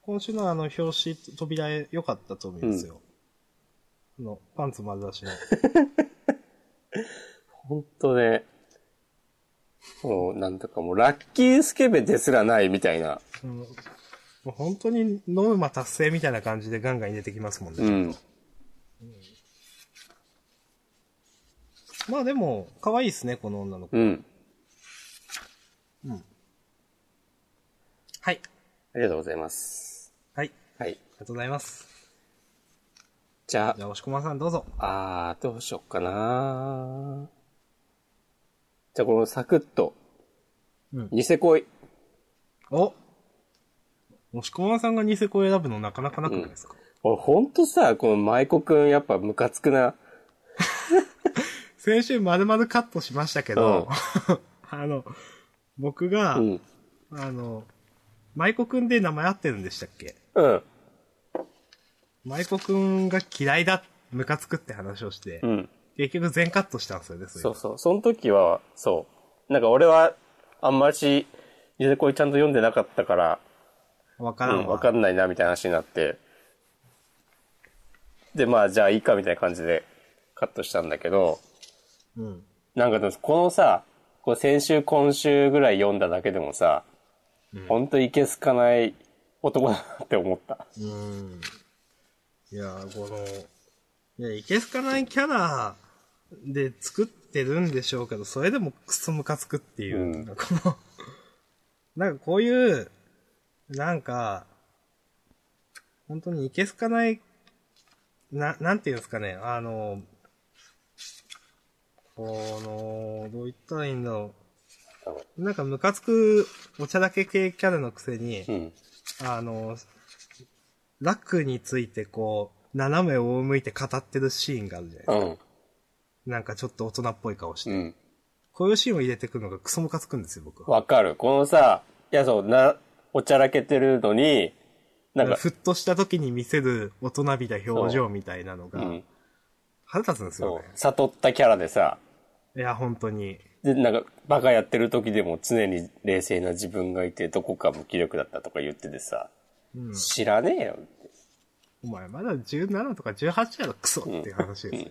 [SPEAKER 2] 今週のあの、表紙、扉絵、良かったと思いますよ。あの、 [LAUGHS] パンツ丸出しの。
[SPEAKER 1] ほんとね。もう、なんだかもう、ラッキースケベですらないみたいな。
[SPEAKER 2] うん、もう本当にノルマ達成みたいな感じでガンガン入れてきますもんね。
[SPEAKER 1] うん。
[SPEAKER 2] まあでも、可愛いですね、この女の子。
[SPEAKER 1] うん。
[SPEAKER 2] はい。
[SPEAKER 1] ありがとうございます。
[SPEAKER 2] はい。
[SPEAKER 1] はい。
[SPEAKER 2] ありがとうございます。
[SPEAKER 1] じゃ
[SPEAKER 2] じゃあ、押しまさんどうぞ。
[SPEAKER 1] あ、あー、どうしよっかなじゃあ、このサクッと。
[SPEAKER 2] うん
[SPEAKER 1] ニセ恋。
[SPEAKER 2] お押しまさんがニセコ選ぶのなかなかなくないですか、
[SPEAKER 1] 俺、ほんとさ、この舞子くん、やっぱムカつくな。
[SPEAKER 2] 先週丸々カットしましたけど、 [LAUGHS] あの、僕が、
[SPEAKER 1] うん。
[SPEAKER 2] あの、舞子くんで名前合ってるんでしたっけ
[SPEAKER 1] うん。
[SPEAKER 2] 舞子くんが嫌いだ、ムカつくって話をして、
[SPEAKER 1] うん。
[SPEAKER 2] 結局全カットしたんですよね、それ
[SPEAKER 1] そうそう。その時は、そう。なんか俺は、あんまし、ニセ恋ちゃんと読んでなかったから、
[SPEAKER 2] わか
[SPEAKER 1] う
[SPEAKER 2] らん
[SPEAKER 1] ん、
[SPEAKER 2] わ。
[SPEAKER 1] わかんないな、みたいな話になって。で、まあ、じゃあいいか、みたいな感じでカットしたんだけど、
[SPEAKER 2] うん。
[SPEAKER 1] なんかでもこのさ、こう先週、今週ぐらい読んだだけでもさ、ほんといけすかない男だなって思った。
[SPEAKER 2] うん。いやー、この、いや、いけすかないキャラで作ってるんでしょうけど、それでもクソムカつくっていう、
[SPEAKER 1] うん
[SPEAKER 2] この、 [LAUGHS] なんかこういう、なんか、本当にいけすかない、な、なんていうんですかね、あの、この、どう言ったらいいんだろう。なんかムカつくお茶だけ系キャラのくせに、
[SPEAKER 1] うん。
[SPEAKER 2] あの、ラックについてこう、斜めを向いて語ってるシーンがあるじゃないです
[SPEAKER 1] う
[SPEAKER 2] か。
[SPEAKER 1] ん。
[SPEAKER 2] なんかちょっと大人っぽい顔して。
[SPEAKER 1] うん。
[SPEAKER 2] こういうシーンを入れてくるのがクソムカつくんですよ、僕は。
[SPEAKER 1] わかる。このさ、いや、そう、な、おちゃらけてるのに、なんか、
[SPEAKER 2] ふっとした時に見せる大人びた表情みたいなの
[SPEAKER 1] う
[SPEAKER 2] が
[SPEAKER 1] ん。
[SPEAKER 2] 腹立つんですよ
[SPEAKER 1] そ
[SPEAKER 2] ね
[SPEAKER 1] う。。悟ったキャラでさ、
[SPEAKER 2] いや、本当に。
[SPEAKER 1] で、なんか、バカやってる時でも常に冷静な自分がいて、どこか無気力だったとか言っててさ、
[SPEAKER 2] うん
[SPEAKER 1] 知らねえよ。
[SPEAKER 2] お前まだ17とか18やろ、クソっていう話ですよね。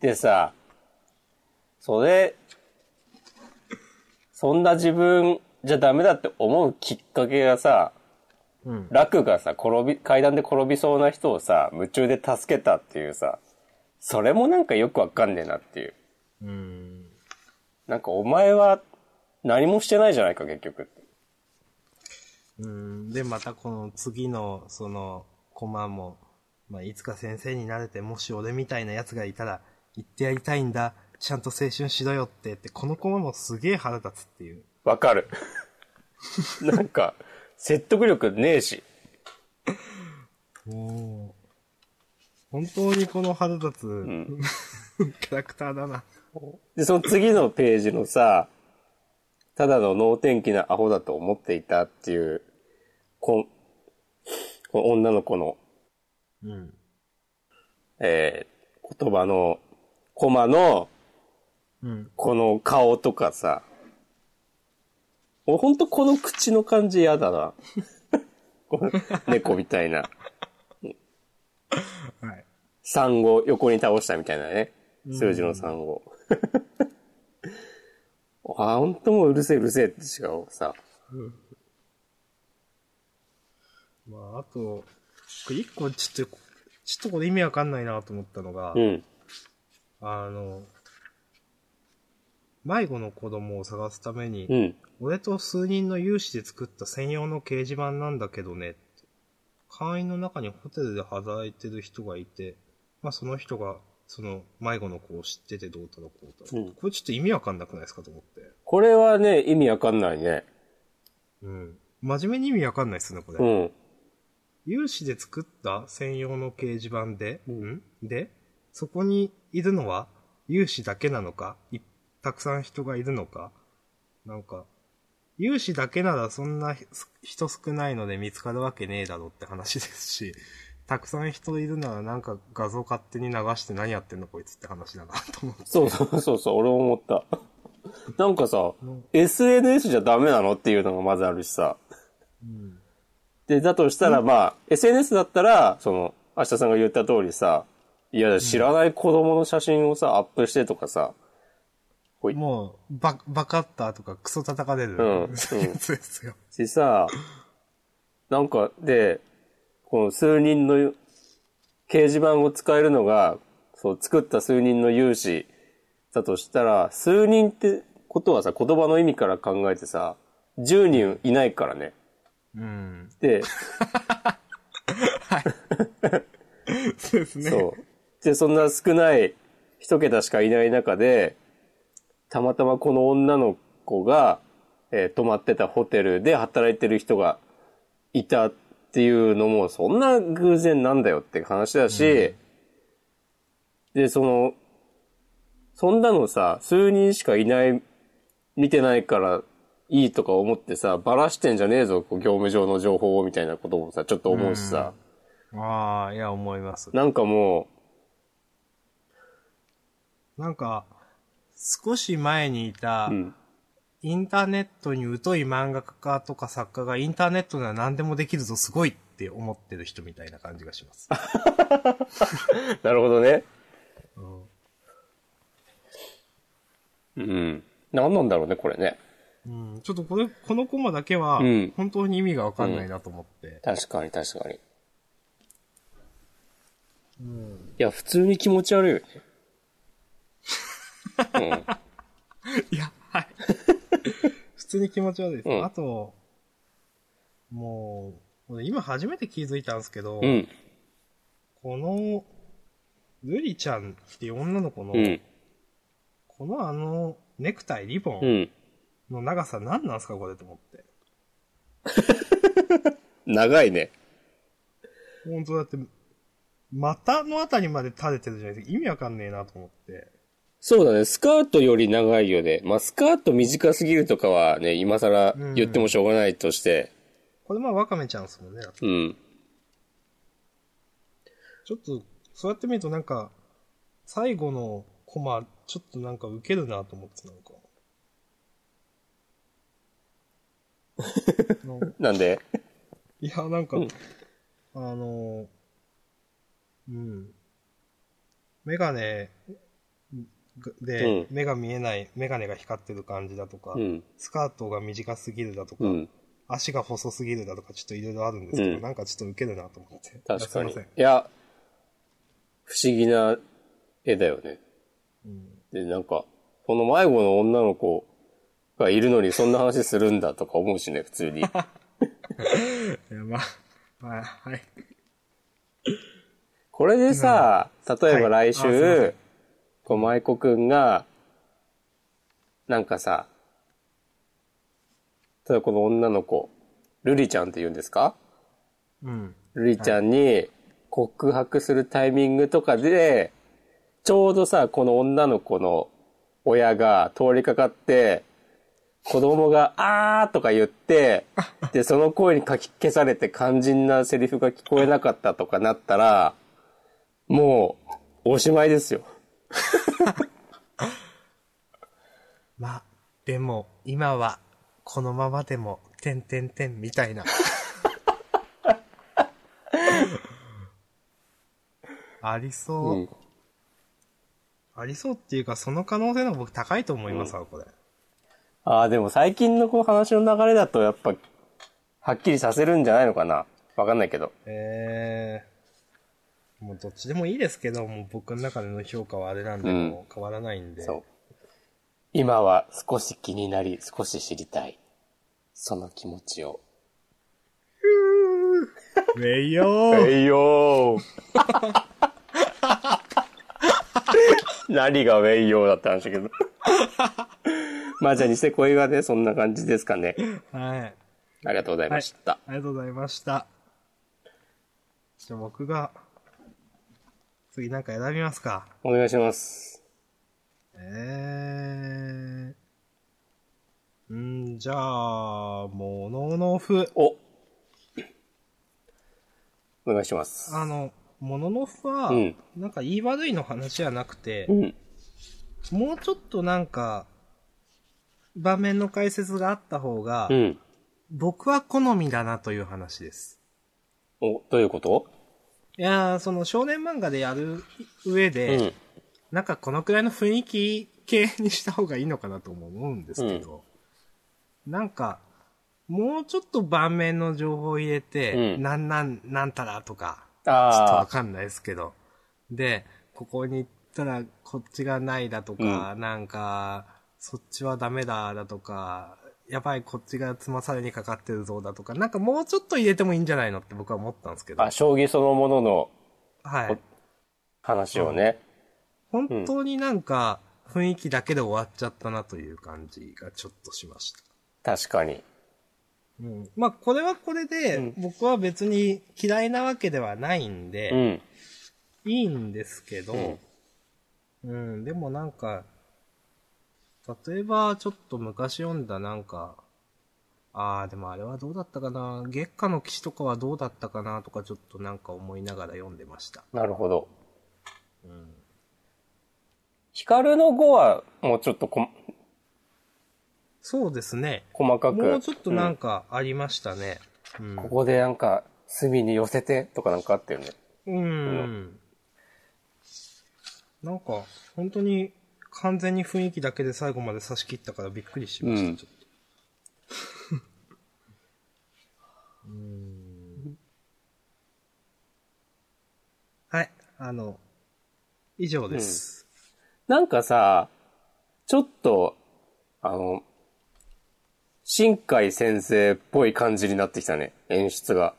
[SPEAKER 1] でさ、それ、そんな自分じゃダメだって思うきっかけがさ、
[SPEAKER 2] うん。
[SPEAKER 1] 楽がさ、転び、階段で転びそうな人をさ、夢中で助けたっていうさ、それもなんかよくわかんねえなっていう。
[SPEAKER 2] うん。
[SPEAKER 1] なんかお前は何もしてないじゃないか、結局。
[SPEAKER 2] うん、で、またこの次の、その、コマも、まあ、いつか先生になれて、もし俺みたいな奴がいたら、言ってやりたいんだ、ちゃんと青春しろよって、って、このコマもすげえ腹立つっていう。
[SPEAKER 1] わかる。 [LAUGHS] なんか、説得力ねえし。
[SPEAKER 2] もう、本当にこの腹立つ、 [LAUGHS] キャラクターだな。
[SPEAKER 1] で、その次のページのさ、ただの能天気なアホだと思っていたっていう、こん、この女の子の、
[SPEAKER 2] うん。
[SPEAKER 1] えー言葉の、コマの、
[SPEAKER 2] うん。
[SPEAKER 1] この顔とかさ、俺ほんとこの口の感じ嫌だな。 [LAUGHS] この猫みたいな。
[SPEAKER 2] はい。
[SPEAKER 1] 産後横に倒したみたいなね。数字の産後。 [LAUGHS] あ、ほんともううるせえうるせえってしかさ。
[SPEAKER 2] まあ、あと、僕一個ちょっと、ちょっとこれ意味わかんないなと思ったのが、
[SPEAKER 1] うん。
[SPEAKER 2] あの、迷子の子供を探すために、
[SPEAKER 1] うん。
[SPEAKER 2] 俺と数人の有志で作った専用の掲示板なんだけどね。会員の中にホテルで働いてる人がいて、まあその人が、その迷子の子を知っててどうたらこうたら。
[SPEAKER 1] うん
[SPEAKER 2] これちょっと意味わかんなくないですかと思って。
[SPEAKER 1] これはね、意味わかんないね。
[SPEAKER 2] うん。真面目に意味わかんないっすね、これ。
[SPEAKER 1] うん。
[SPEAKER 2] 有志で作った専用の掲示板で、んで、そこにいるのは有志だけなのかいたくさん人がいるのかなんか、有志だけならそんなひ人少ないので見つかるわけねえだろって話ですし、 [LAUGHS] たくさん人いるならなんか画像勝手に流して何やってんのこいつって話だなと思って。
[SPEAKER 1] そうそうそうそう、俺も思った。 [LAUGHS] なんかさ
[SPEAKER 2] ん、
[SPEAKER 1] SNS じゃダメなのっていうのがまずあるしさ。
[SPEAKER 2] うん。
[SPEAKER 1] で、だとしたら、まあ、SNS だったら、その、明日さんが言った通りさ、いや、知らない子供の写真をさ、アップしてとかさ、ほい
[SPEAKER 2] もう、バ、バカッターとかクソ叩かれる、
[SPEAKER 1] うんうん
[SPEAKER 2] やつですよ。
[SPEAKER 1] しさ、なんか、で、この数人の掲示板を使えるのが、そう、作った数人の有志だとしたら、数人ってことはさ、言葉の意味から考えてさ、10人いないからね。
[SPEAKER 2] うん。
[SPEAKER 1] で、
[SPEAKER 2] そう [LAUGHS] ですね。
[SPEAKER 1] そう。で、そんな少ない一桁しかいない中で、たまたまこの女の子が、えー泊まってたホテルで働いてる人がいたっていうのも、そんな偶然なんだよって話だし、で、その、そんなのさ、数人しかいない、見てないからいいとか思ってさ、バラしてんじゃねえぞ、こう業務上の情報をみたいなこともさ、ちょっと思うしさ。
[SPEAKER 2] ああ、いや、思います。
[SPEAKER 1] なんかも
[SPEAKER 2] なんか、少し前にいた
[SPEAKER 1] う、う、ん。
[SPEAKER 2] インターネットに疎い漫画家とか作家がインターネットなら何でもできるぞすごいって思ってる人みたいな感じがします。
[SPEAKER 1] なるほどね。
[SPEAKER 2] うん
[SPEAKER 1] うん。何なんだろうね、これね。
[SPEAKER 2] うん、ちょっとこれ、このコマだけは
[SPEAKER 1] うん、
[SPEAKER 2] 本当に意味がわかんないなと思って。
[SPEAKER 1] 確かに確かに。いや、普通に気持ち悪いよね。
[SPEAKER 2] いや、はい。普通に気持ち悪いです。
[SPEAKER 1] うん
[SPEAKER 2] あと、もう、俺今初めて気づいたんですけど、
[SPEAKER 1] うん。
[SPEAKER 2] この、ルリちゃんっていう女の子の、
[SPEAKER 1] うん。
[SPEAKER 2] このあの、ネクタイ、リボ
[SPEAKER 1] う
[SPEAKER 2] ン
[SPEAKER 1] ん。
[SPEAKER 2] の長さ何なんすかこれと思って。
[SPEAKER 1] 長いね。
[SPEAKER 2] 本当だって、股のあたりまで垂れてるじゃないですか。意味わかんねえなと思って。
[SPEAKER 1] そうだね。スカートより長いよね。まあ、スカート短すぎるとかはね、今更言ってもしょうがないとして。
[SPEAKER 2] これまあワカメちゃんですもんね。
[SPEAKER 1] うん。
[SPEAKER 2] ちょっと、そうやって見るとなんか、最後のコマ、ちょっとなんかウケるなと思って、
[SPEAKER 1] [LAUGHS]
[SPEAKER 2] なんか。なん
[SPEAKER 1] なんで
[SPEAKER 2] いや、なんか、あの、うん。メガネがで、
[SPEAKER 1] う
[SPEAKER 2] 目が見えない、メガネが光ってる感じだとか、
[SPEAKER 1] うん。
[SPEAKER 2] スカートが短すぎるだとか、
[SPEAKER 1] うん。
[SPEAKER 2] 足が細すぎるだとか、ちょっといろいろあるんですけど、
[SPEAKER 1] うん
[SPEAKER 2] なんかちょっとウケるなと思って。
[SPEAKER 1] 確か
[SPEAKER 2] いや
[SPEAKER 1] に。い
[SPEAKER 2] すいません
[SPEAKER 1] や、不思議な絵だよね。
[SPEAKER 2] うん
[SPEAKER 1] で、なんか、この迷子の女の子がいるのにそんな話するんだとか思うしね、普通
[SPEAKER 2] [LAUGHS]
[SPEAKER 1] に。
[SPEAKER 2] いや、まあ、 [LAUGHS] まあ、はい。
[SPEAKER 1] これでさ、例えば
[SPEAKER 2] は
[SPEAKER 1] 来
[SPEAKER 2] いあすいませ
[SPEAKER 1] 週
[SPEAKER 2] ん、
[SPEAKER 1] こう、舞子くんが、なんかさ、例えばこの女の子、ルリちゃんって言うんですか
[SPEAKER 2] うん。
[SPEAKER 1] ルリちゃんに告白するタイミングとかで、ちょうどさ、この女の子の親が通りかかって、子供が、あーとか言って、で、その声にかき消されて肝心なセリフが聞こえなかったとかなったら、もう、おしまいですよ。
[SPEAKER 2] まあ、でも、今は、このままでも、てんてんてんみた
[SPEAKER 1] [LAUGHS]
[SPEAKER 2] いな。ありそう、
[SPEAKER 1] うん
[SPEAKER 2] ありそうっていうか、その可能性の方が僕高いと思いますわ、これ。
[SPEAKER 1] ああ、でも最近のこう話の流れだと、やっぱ、はっきりさせるんじゃないのかなわかんないけど。
[SPEAKER 2] えー、もうどっちでもいいですけど、もう僕の中での評価はあれなんで、
[SPEAKER 1] うん
[SPEAKER 2] もう変わらないんで。
[SPEAKER 1] そう。今は少し気になり、少し知りたい。その気持ちを。
[SPEAKER 2] う。えいよー
[SPEAKER 1] えいよー [LAUGHS] 何がウェイヨーだったんだけど。 [LAUGHS] まあじゃあ、ニセ恋はね、そんな感じですかね。
[SPEAKER 2] はい。
[SPEAKER 1] ありがとうございました。
[SPEAKER 2] ありがとうございました。じゃあ僕が、次なんか選びますか。
[SPEAKER 1] お願いします。
[SPEAKER 2] えー。んじゃあ、モノノフ。
[SPEAKER 1] おお願いします。
[SPEAKER 2] あの、モノノフは、
[SPEAKER 1] うん
[SPEAKER 2] なんか言い悪いの話じゃなくて、
[SPEAKER 1] うん。
[SPEAKER 2] もうちょっとなんか、場面の解説があった方が、
[SPEAKER 1] うん。
[SPEAKER 2] 僕は好みだなという話です。
[SPEAKER 1] お、どういうこと
[SPEAKER 2] いやー、その少年漫画でやる上
[SPEAKER 1] う
[SPEAKER 2] で、
[SPEAKER 1] ん。
[SPEAKER 2] なんかこのくらいの雰囲気系にした方がいいのかなとも思うんですけど、なんか、もうちょっと盤面の情報を入れて、
[SPEAKER 1] うん
[SPEAKER 2] なんなん、なんたらとか、ちょっと
[SPEAKER 1] あ
[SPEAKER 2] わ
[SPEAKER 1] あ、
[SPEAKER 2] かんないですけど。で、ここに行ったらこっちがないだとか、なんか、そっちはダメだだとか、やばいこっちがつまされにかかってるぞだとか、なんかもうちょっと入れてもいいんじゃないのって僕は思ったんですけど。
[SPEAKER 1] あ、将棋そのものの
[SPEAKER 2] はい。
[SPEAKER 1] 話をね。
[SPEAKER 2] 本当になんか雰囲気だけで終わっちゃったなという感じがちょっとしました。
[SPEAKER 1] 確かに。
[SPEAKER 2] うん、まあこれはこれで、僕は別に嫌いなわけではないんで、
[SPEAKER 1] うん。
[SPEAKER 2] いいんですけど、
[SPEAKER 1] うん
[SPEAKER 2] うん、でもなんか、例えばちょっと昔読んだなんか、ああ、でもあれはどうだったかな、月下の騎士とかはどうだったかなとかちょっとなんか思いながら読んでました。
[SPEAKER 1] なるほど。光の碁はもうちょっとこ
[SPEAKER 2] そうですね。
[SPEAKER 1] 細かく。
[SPEAKER 2] もうちょっとなん
[SPEAKER 1] か、
[SPEAKER 2] かありましたね。うん。
[SPEAKER 1] ここでなんか隅に寄せてとかなんかあったよね。
[SPEAKER 2] うん。なんか、本当に完全に雰囲気だけで最後まで差し切ったからびっくりしました、
[SPEAKER 1] うん
[SPEAKER 2] ちょっと。うん [LAUGHS] はい、あの、以上です。
[SPEAKER 1] なんかさ、ちょっと、あの、新海先生っぽい感じになってきたね。演出が。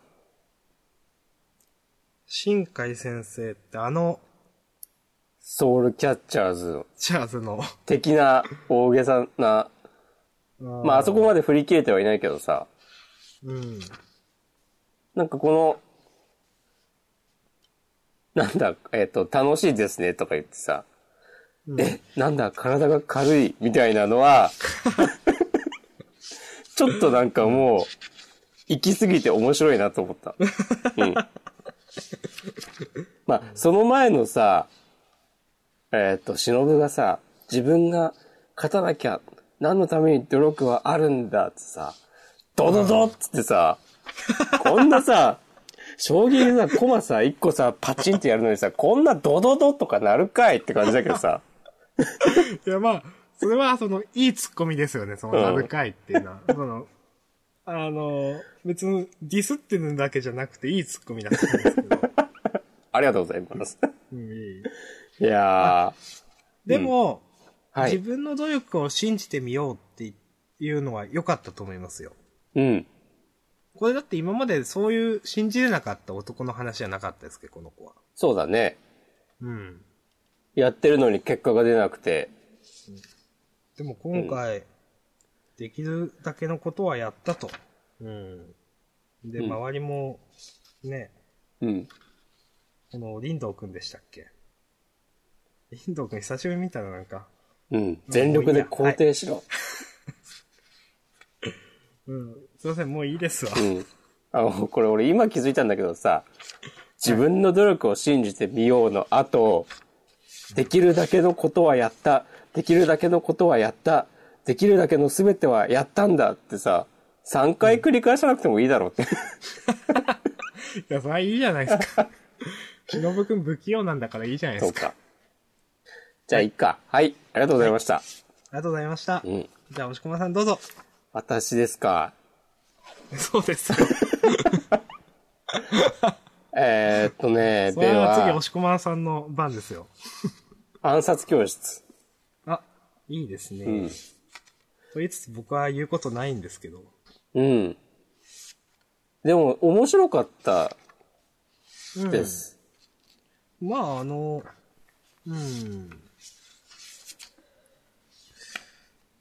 [SPEAKER 2] 新海先生ってあの、
[SPEAKER 1] ソウルキャッチャーズ
[SPEAKER 2] チャーズの、
[SPEAKER 1] 的な大げさな、まああそこまで振り切れてはいないけどさ、
[SPEAKER 2] うん。
[SPEAKER 1] なんかこの、なんだ、えっ、と、楽しいですねとか言ってさ、え、なんだ、体が軽いみたいなのは、ちょっとなんかもう、行き過ぎて面白いなと思った。うん。まあ、その前のさ、えっ、と、忍がさ、自分が勝たなきゃ、何のために努力はあるんだってさ、ドドドっつってさ、こんなさ、将棋でさ、コマさ、一個さ、パチンってやるのにさ、こんなドドドとかなるかいって感じだけどさ、
[SPEAKER 2] いや、まあ、それは、その、いいツッコミですよね、その、なるかいっていうのは。その、あの、別に、ディスってるだけじゃなくて、いいツッコミだったんですけど。
[SPEAKER 1] ありがとうございます。
[SPEAKER 2] うんいい
[SPEAKER 1] いや
[SPEAKER 2] でも、
[SPEAKER 1] ー、は
[SPEAKER 2] 自
[SPEAKER 1] い。
[SPEAKER 2] 分の努力を信じてみようっていうのは良かったと思いますよ。
[SPEAKER 1] うん。
[SPEAKER 2] これだって今までそういう信じれなかった男の話じゃなかったですけど、この子は。
[SPEAKER 1] そうだね。
[SPEAKER 2] うん。
[SPEAKER 1] やってるのに結果が出なくて、
[SPEAKER 2] でも今回、できるだけのことはやったと。うん。で、
[SPEAKER 1] うん
[SPEAKER 2] 周りも、ね、
[SPEAKER 1] うん。
[SPEAKER 2] この、林道くんでしたっけ林道くん久しぶりに見たらなんか。
[SPEAKER 1] うん。全力で肯定しろ。
[SPEAKER 2] うん。すいません、もういいですわ。
[SPEAKER 1] うん。あの、これ俺今気づいたんだけどさ、自分の努力を信じてみようの後、できるだけのことはやった、できるだけのことはやった、できるだけの全てはやったんだってさ、3回繰り返さなくてもいいだろうって。
[SPEAKER 2] いや、それはいいじゃないですか。忍くん不器用なんだからいいじゃないで
[SPEAKER 1] そう
[SPEAKER 2] すか。
[SPEAKER 1] か。じゃあ、いっか。はい。ありがとうございました。
[SPEAKER 2] ありがとうございました。
[SPEAKER 1] うん。
[SPEAKER 2] じゃあ、押し込まさんど
[SPEAKER 1] [LAUGHS]
[SPEAKER 2] うぞ。
[SPEAKER 1] 私ですか。
[SPEAKER 2] そうです。
[SPEAKER 1] えー、っとね、
[SPEAKER 2] そ
[SPEAKER 1] で
[SPEAKER 2] れは次、
[SPEAKER 1] は
[SPEAKER 2] 押、し込まさんの番ですよ。
[SPEAKER 1] 暗殺教室。
[SPEAKER 2] あ、いいですね。
[SPEAKER 1] うん。
[SPEAKER 2] と言いつつ僕は言うことないんですけど。
[SPEAKER 1] うん。でも、面白かった
[SPEAKER 2] うん
[SPEAKER 1] です。
[SPEAKER 2] まあ、あの、うん。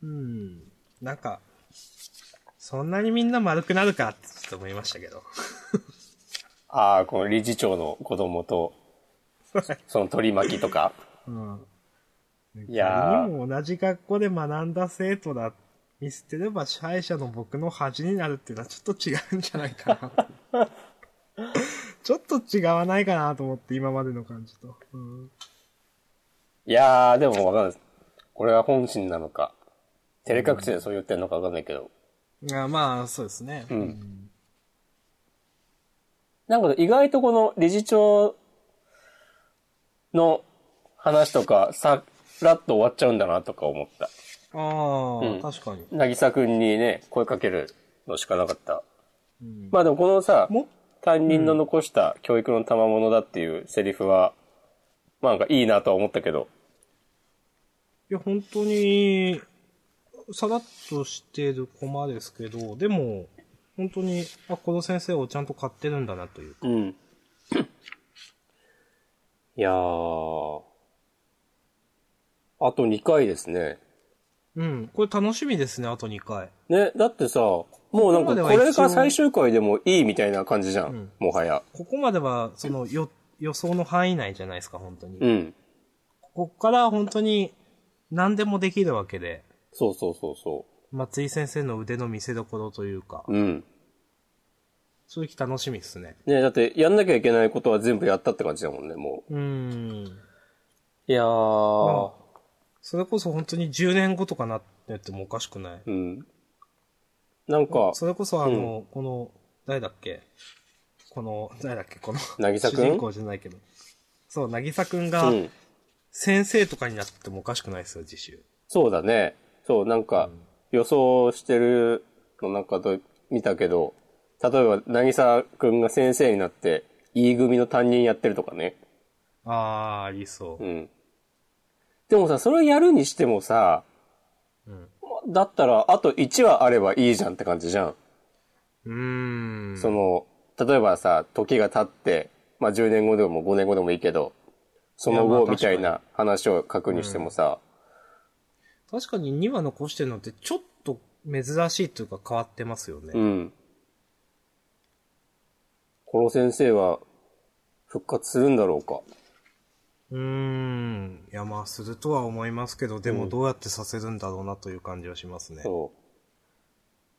[SPEAKER 2] うん。なんか、そんなにみんな丸くなるかってちょっと思いましたけど。
[SPEAKER 1] ああ、この理事長の子供 [LAUGHS] と、その取り巻きとか。
[SPEAKER 2] うん。
[SPEAKER 1] いや
[SPEAKER 2] に
[SPEAKER 1] ー、
[SPEAKER 2] も同じ学校で学んだ生徒だ、見捨てれば支配者の僕の恥になるっていうのはちょっと違うんじゃないかな。
[SPEAKER 1] [LAUGHS]
[SPEAKER 2] ちょっと違わないかなと思って、今までの感じと。うん。
[SPEAKER 1] いやー、でもわかんないです。これが本心なのか、照れ隠しでそう言ってんのかわかんないけど。
[SPEAKER 2] あまあ、そうですね。
[SPEAKER 1] うん。なんか意外とこの理事長の話とか、さ、フラッと終わっちゃうんだなとか思った。
[SPEAKER 2] ああ、
[SPEAKER 1] うん
[SPEAKER 2] 確かに。
[SPEAKER 1] 渚くんにね、声かけるのしかなかった。まあでもこのさ、
[SPEAKER 2] も、
[SPEAKER 1] 担任の残した教育の賜物だっていうセリフは、まあなんかいいなとは思ったけど、
[SPEAKER 2] いや、本当に、さらっとしてるコマですけど、でも、本当に、あ、この先生をちゃんと買ってるんだなという。
[SPEAKER 1] うん。いやー。あと2回ですね。
[SPEAKER 2] うん、これ楽しみですね、あと2回。
[SPEAKER 1] ね、だってさ、もうなん
[SPEAKER 2] こ
[SPEAKER 1] か
[SPEAKER 2] こまでは
[SPEAKER 1] これ
[SPEAKER 2] 一応
[SPEAKER 1] が最終回でもいいみたいな感じじゃん。
[SPEAKER 2] うん
[SPEAKER 1] もはや。
[SPEAKER 2] ここまでは、その、よ、予想の範囲内じゃないですか、本当に。
[SPEAKER 1] うん。
[SPEAKER 2] こっから本当に、何でもできるわけで、
[SPEAKER 1] そうそうそうそ
[SPEAKER 2] 松井先生の腕の見せ所というか、
[SPEAKER 1] う。うん。
[SPEAKER 2] 正直楽しみですね。
[SPEAKER 1] ね、だってやんなきゃいけないことは全部やったって感じだもんね、も
[SPEAKER 2] うーん。
[SPEAKER 1] う。いやー。
[SPEAKER 2] それこそ本当に10年後とかなってもおかしくない。
[SPEAKER 1] うん。なんか、
[SPEAKER 2] それこそあの、この、誰だっけこの、誰だっけこの、
[SPEAKER 1] 渚
[SPEAKER 2] 主
[SPEAKER 1] くん
[SPEAKER 2] 人公じゃないけど。そう、なぎさくん
[SPEAKER 1] う
[SPEAKER 2] が、
[SPEAKER 1] ん。
[SPEAKER 2] 先生とかになってもおかしくないですよ、次週。
[SPEAKER 1] そうだね。そう、なんか、予想してるのなんかと見たけど、例えば、渚くんが先生になって、E 組の担任やってるとかね。
[SPEAKER 2] あー、ありそうう。
[SPEAKER 1] ん。でもさ、それをやるにしてもさ、
[SPEAKER 2] うん。
[SPEAKER 1] だったら、あと1話あればいいじゃんって感じじゃん。
[SPEAKER 2] うーん。
[SPEAKER 1] その、例えばさ、時が経って、まあ10年後でも5年後でもいいけど、その
[SPEAKER 2] いや
[SPEAKER 1] 後
[SPEAKER 2] まあ
[SPEAKER 1] みたいな話を書くにしてもさ、
[SPEAKER 2] 確かに2話残してるのってちょっと珍しいというか変わってますよね。
[SPEAKER 1] うん。この先生は復活するんだろうか。
[SPEAKER 2] うーん。いや、まあ、するとは思いますけど、でもどうやってさせるんだろうなという感じはしますね。
[SPEAKER 1] そ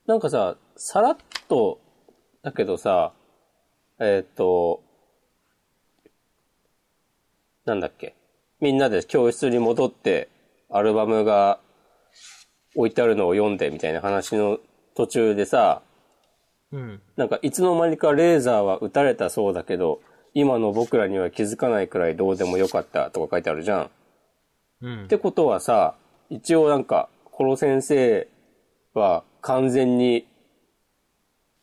[SPEAKER 1] う。なんかさ、さらっと、だけどさ、えっ、と、なんだっけ。みんなで教室に戻って、アルバムが置いてあるのを読んでみたいな話の途中でさ、
[SPEAKER 2] うん。
[SPEAKER 1] なんかいつの間にかレーザーは撃たれたそうだけど、今の僕らには気づかないくらいどうでもよかったとか書いてあるじゃん。
[SPEAKER 2] うん
[SPEAKER 1] って。ことはさ、一応なんか、この先生は完全に、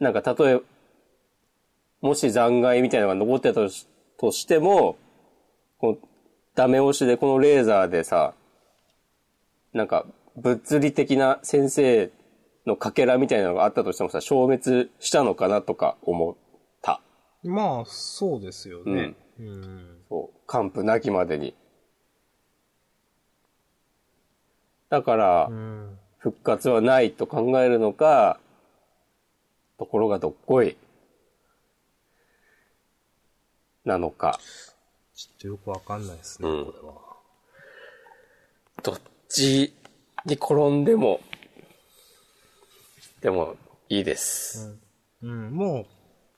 [SPEAKER 1] なんか例え、もし残骸みたいなのが残ってたとしとしても、このダメ押しでこのレーザーでさ、なんか物理的な先生のかけらみたいなのがあったとしてもさ、消滅したのかなとか思った。
[SPEAKER 2] まあ、そうですよね。うん。
[SPEAKER 1] そう、完膚なきまでに。だから、
[SPEAKER 2] うん。
[SPEAKER 1] 復活はないと考えるのか、ところがどっこい、なのか。
[SPEAKER 2] ちょっとよくわかんないですね、
[SPEAKER 1] うん
[SPEAKER 2] これは。
[SPEAKER 1] どっちに転んでも、でも、いいです。
[SPEAKER 2] うん、もう、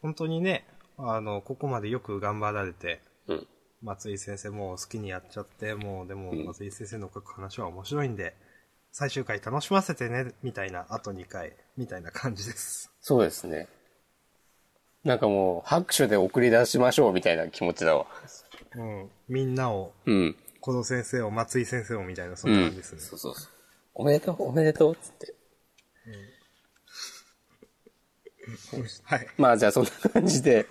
[SPEAKER 2] 本当にね、あの、ここまでよく頑張られて、
[SPEAKER 1] うん。
[SPEAKER 2] 松井先生もう好きにやっちゃって、もうでも
[SPEAKER 1] ん
[SPEAKER 2] 松井先生の書く話は面白いんで、最終回楽しませてね、みたいな、あと2回、みたいな感じです。
[SPEAKER 1] そうですね。なんかもう、拍手で送り出しましょうみたいな気持ちだわ。
[SPEAKER 2] うん。みんなを、
[SPEAKER 1] うん。
[SPEAKER 2] この先生を、松井先生を、みたいな、そ
[SPEAKER 1] うん
[SPEAKER 2] な感
[SPEAKER 1] ん
[SPEAKER 2] じですね。
[SPEAKER 1] そうそうそう。おめでとう、おめでとう、つって。
[SPEAKER 2] はい。
[SPEAKER 1] まあじゃあそんな感じで、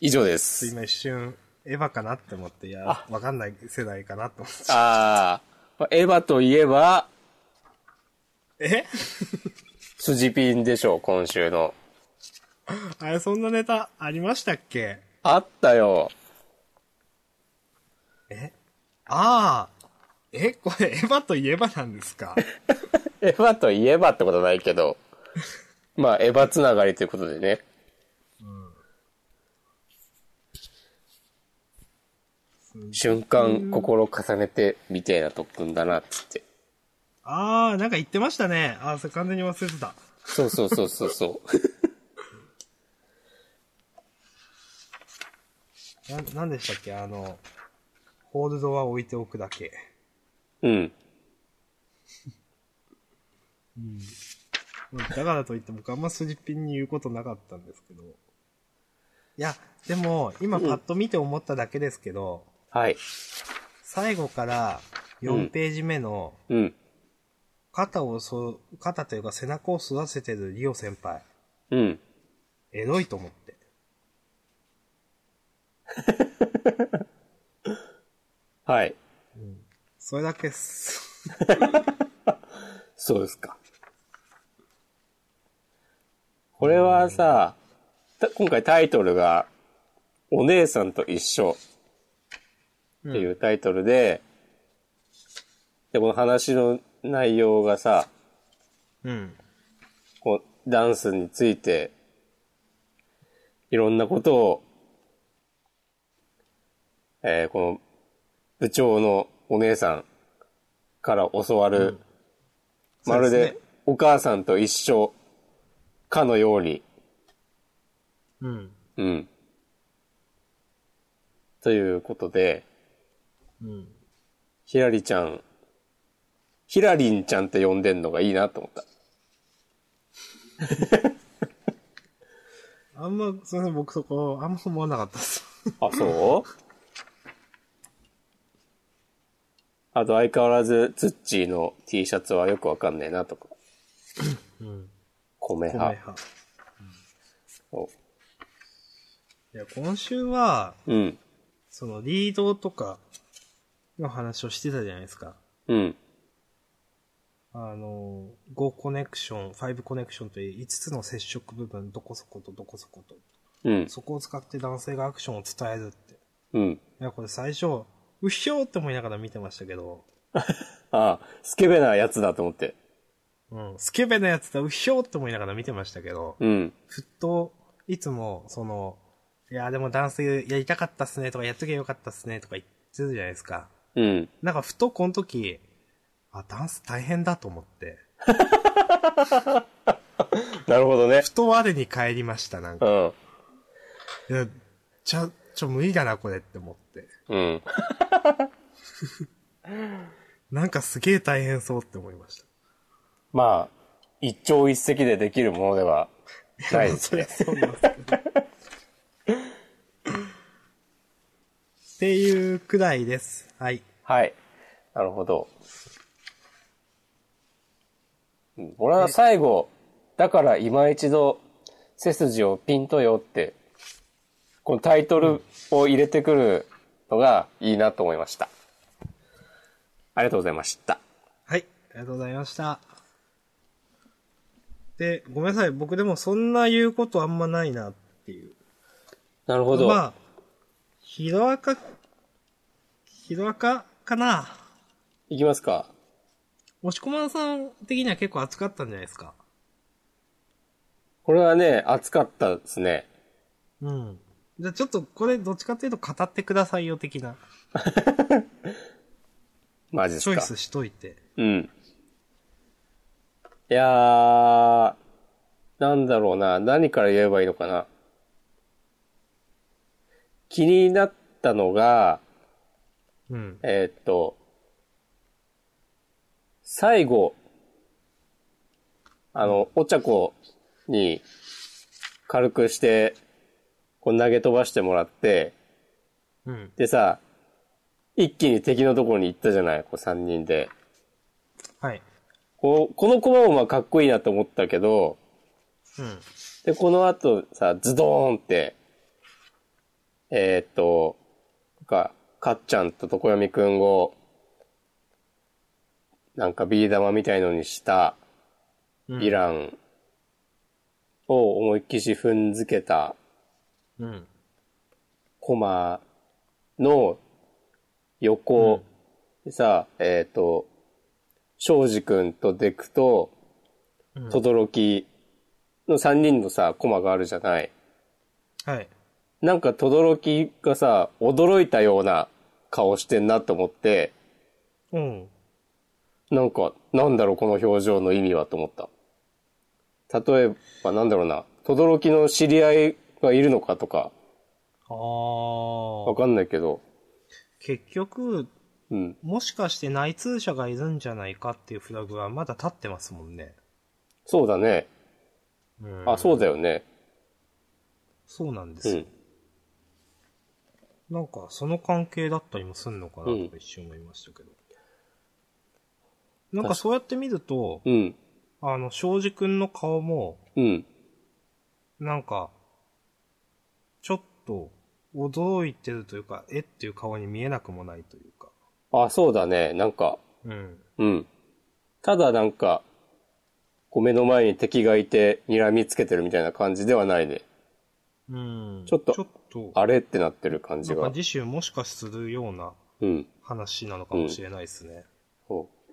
[SPEAKER 1] 以上です。
[SPEAKER 2] 今一瞬、エヴァかなって思って、いや、わかんない世代かなと思って。
[SPEAKER 1] ああ、まあエヴァといえば、
[SPEAKER 2] え
[SPEAKER 1] 筋ピンでしょう、今週の。
[SPEAKER 2] あれ、そんなネタありましたっけ
[SPEAKER 1] あったよ。
[SPEAKER 2] えああ。えこれ、エヴァといえばなんですか
[SPEAKER 1] エヴァといえばってことないけど。まあ、エヴァつながりということでね。瞬間、心重ねて、みたいな特訓だな、つって。
[SPEAKER 2] [LAUGHS] ああ、なんか言ってましたね。ああ、それ完全に忘れてた。
[SPEAKER 1] そうそうそうそうそう。
[SPEAKER 2] な、なんでしたっけあの、ホールドは置いておくだけ。
[SPEAKER 1] うん。
[SPEAKER 2] まあだからといって僕あんま筋ピンに言うことなかったんですけど。いや、でも、今パッと見て思っただけですけど、
[SPEAKER 1] はい。
[SPEAKER 2] 最後から、 4ページ目の、
[SPEAKER 1] うん。
[SPEAKER 2] 肩をそ、肩というか背中を反らせてるリオ先輩、
[SPEAKER 1] うん。
[SPEAKER 2] エロいと思って。
[SPEAKER 1] はい。
[SPEAKER 2] それだけっす。
[SPEAKER 1] そうですか。これはさ、た今回タイトルが、お姉さんと一緒っていうタイトルで、で、この話の内容がさ、
[SPEAKER 2] うん。
[SPEAKER 1] こうダンスについて、いろんなことを、えーこの、部長のお姉さんから教わる、まる
[SPEAKER 2] そうです
[SPEAKER 1] で
[SPEAKER 2] ね
[SPEAKER 1] お母さんと一緒かのように、
[SPEAKER 2] うん。
[SPEAKER 1] うん。ということで、
[SPEAKER 2] うん。
[SPEAKER 1] ひらりちゃん、ひらりんちゃんって呼んでんのがいいなと思った。
[SPEAKER 2] あんま、すいません、僕そこ、あんま思わなかったっす。
[SPEAKER 1] あ、そうあと相変わらず、ツッチーの T シャツはよくわかんねえなとか。米
[SPEAKER 2] ごめん
[SPEAKER 1] 派。
[SPEAKER 2] は。
[SPEAKER 1] お
[SPEAKER 2] いや、今週は、
[SPEAKER 1] うん。
[SPEAKER 2] そのリードとかの話をしてたじゃないですか。
[SPEAKER 1] うん。
[SPEAKER 2] あの、5コネクション、5コネクションという5つの接触部分、どこそことどこそこと。
[SPEAKER 1] うん。
[SPEAKER 2] そこを使って男性がアクションを伝えるって。
[SPEAKER 1] うん。
[SPEAKER 2] いや、これ最初、うひょーって思いながら見てましたけど、
[SPEAKER 1] ああ、スケベなやつだと思って。
[SPEAKER 2] うん、スケベなやつだ、うひょーって思いながら見てましたけど、
[SPEAKER 1] うん。
[SPEAKER 2] ふっと、いつも、その、いや、でも男性やりたかったっすねとか、やっときゃよかったっすねとか言ってるじゃないですか。
[SPEAKER 1] うん。
[SPEAKER 2] なんかふとこの時、あ、ダンス大変だと思って、
[SPEAKER 1] なるほどね。
[SPEAKER 2] ふと我に帰りました、なん
[SPEAKER 1] う
[SPEAKER 2] か。
[SPEAKER 1] ん。
[SPEAKER 2] いや、ちゃ、ちょ、無理だな、これって思って。
[SPEAKER 1] うん。
[SPEAKER 2] なんかすげえ大変そうって思いまし
[SPEAKER 1] まあ、一朝一夕でできるものでは
[SPEAKER 2] た。
[SPEAKER 1] ないで
[SPEAKER 2] やまあ
[SPEAKER 1] す
[SPEAKER 2] そりゃ
[SPEAKER 1] ね。
[SPEAKER 2] そうなんですけど。っていうくらいです。はい。
[SPEAKER 1] はい。なるほど。うん俺は最後、だから今一度、背筋をピンとよって、このタイトルを入れてくるのがいいなと思いました。ありがとうございました。
[SPEAKER 2] はい。ありがとうございました。で、ごめんなさい。僕でもそんな言うことあんまないなっていう。
[SPEAKER 1] なるほ
[SPEAKER 2] まあ、ヒロアカ、ヒロアカかない
[SPEAKER 1] きますか。
[SPEAKER 2] 押し込まんさん的には結構熱かったんじゃないですか。
[SPEAKER 1] これはね、熱かったですね。
[SPEAKER 2] うん。じゃあちょっとこれどっちかっていうと語ってくださいよ的な
[SPEAKER 1] マジです
[SPEAKER 2] チ
[SPEAKER 1] か。
[SPEAKER 2] ョイスしといて。
[SPEAKER 1] うん。いやー、なんだろうな。何から言えばいいのかな。気になったのが、
[SPEAKER 2] うん。
[SPEAKER 1] えーっと、最後、あの、お茶子に軽くして、こう投げ飛ばしてもらって、
[SPEAKER 2] うん。
[SPEAKER 1] でさ、一気に敵のところに行ったじゃない、こう三人で。
[SPEAKER 2] はい。
[SPEAKER 1] こうこのコマもまあかっこいいなと思ったけど、
[SPEAKER 2] うん。
[SPEAKER 1] で、この後さ、ズドーンって、えーっと、なんか、かっちゃんととこやみくんを、なんかビー玉みたいのにした
[SPEAKER 2] うん
[SPEAKER 1] イランを思いっきし踏んづけた
[SPEAKER 2] うん。
[SPEAKER 1] コマの横、でさ、えーっと、庄司くんとデクと、
[SPEAKER 2] うん
[SPEAKER 1] 轟の3人のさ、コマがあるじゃない。
[SPEAKER 2] はい。
[SPEAKER 1] なんか轟がさ、驚いたような顔してんなと思って、
[SPEAKER 2] うん。
[SPEAKER 1] なんか、なんだろうこの表情の意味はと思った。例えば、なんだろうな、轟の知り合いがいるのかとか、
[SPEAKER 2] あ
[SPEAKER 1] わ
[SPEAKER 2] ー。
[SPEAKER 1] かんないけど、
[SPEAKER 2] 結局、
[SPEAKER 1] うん。
[SPEAKER 2] もしかして内通者がいるんじゃないかっていうフラグはまだ立ってますもんね。
[SPEAKER 1] そうだね。
[SPEAKER 2] うん。
[SPEAKER 1] あ、そうだよね。
[SPEAKER 2] そうなんで
[SPEAKER 1] う
[SPEAKER 2] すよ。
[SPEAKER 1] ん。
[SPEAKER 2] なんか、その関係だったりもすんのかなとか一瞬思いましたけど。なんかそうやって見ると、
[SPEAKER 1] うん。
[SPEAKER 2] あの、庄司くんの顔も、
[SPEAKER 1] うん。
[SPEAKER 2] なんか、ちょっと、驚いてるというか、えっていう顔に見えなくもないというか。
[SPEAKER 1] あ、そうだね。なんか、
[SPEAKER 2] うん。
[SPEAKER 1] うん。ただなんか、こう目の前に敵がいて睨みつけてるみたいな感じではないね。
[SPEAKER 2] うん。
[SPEAKER 1] ちょっと
[SPEAKER 2] ちょっと、
[SPEAKER 1] あれってなってる感じ
[SPEAKER 2] なんか
[SPEAKER 1] が。
[SPEAKER 2] 次週もしかするような
[SPEAKER 1] うん。
[SPEAKER 2] 話なのかもしれないですね。
[SPEAKER 1] そう。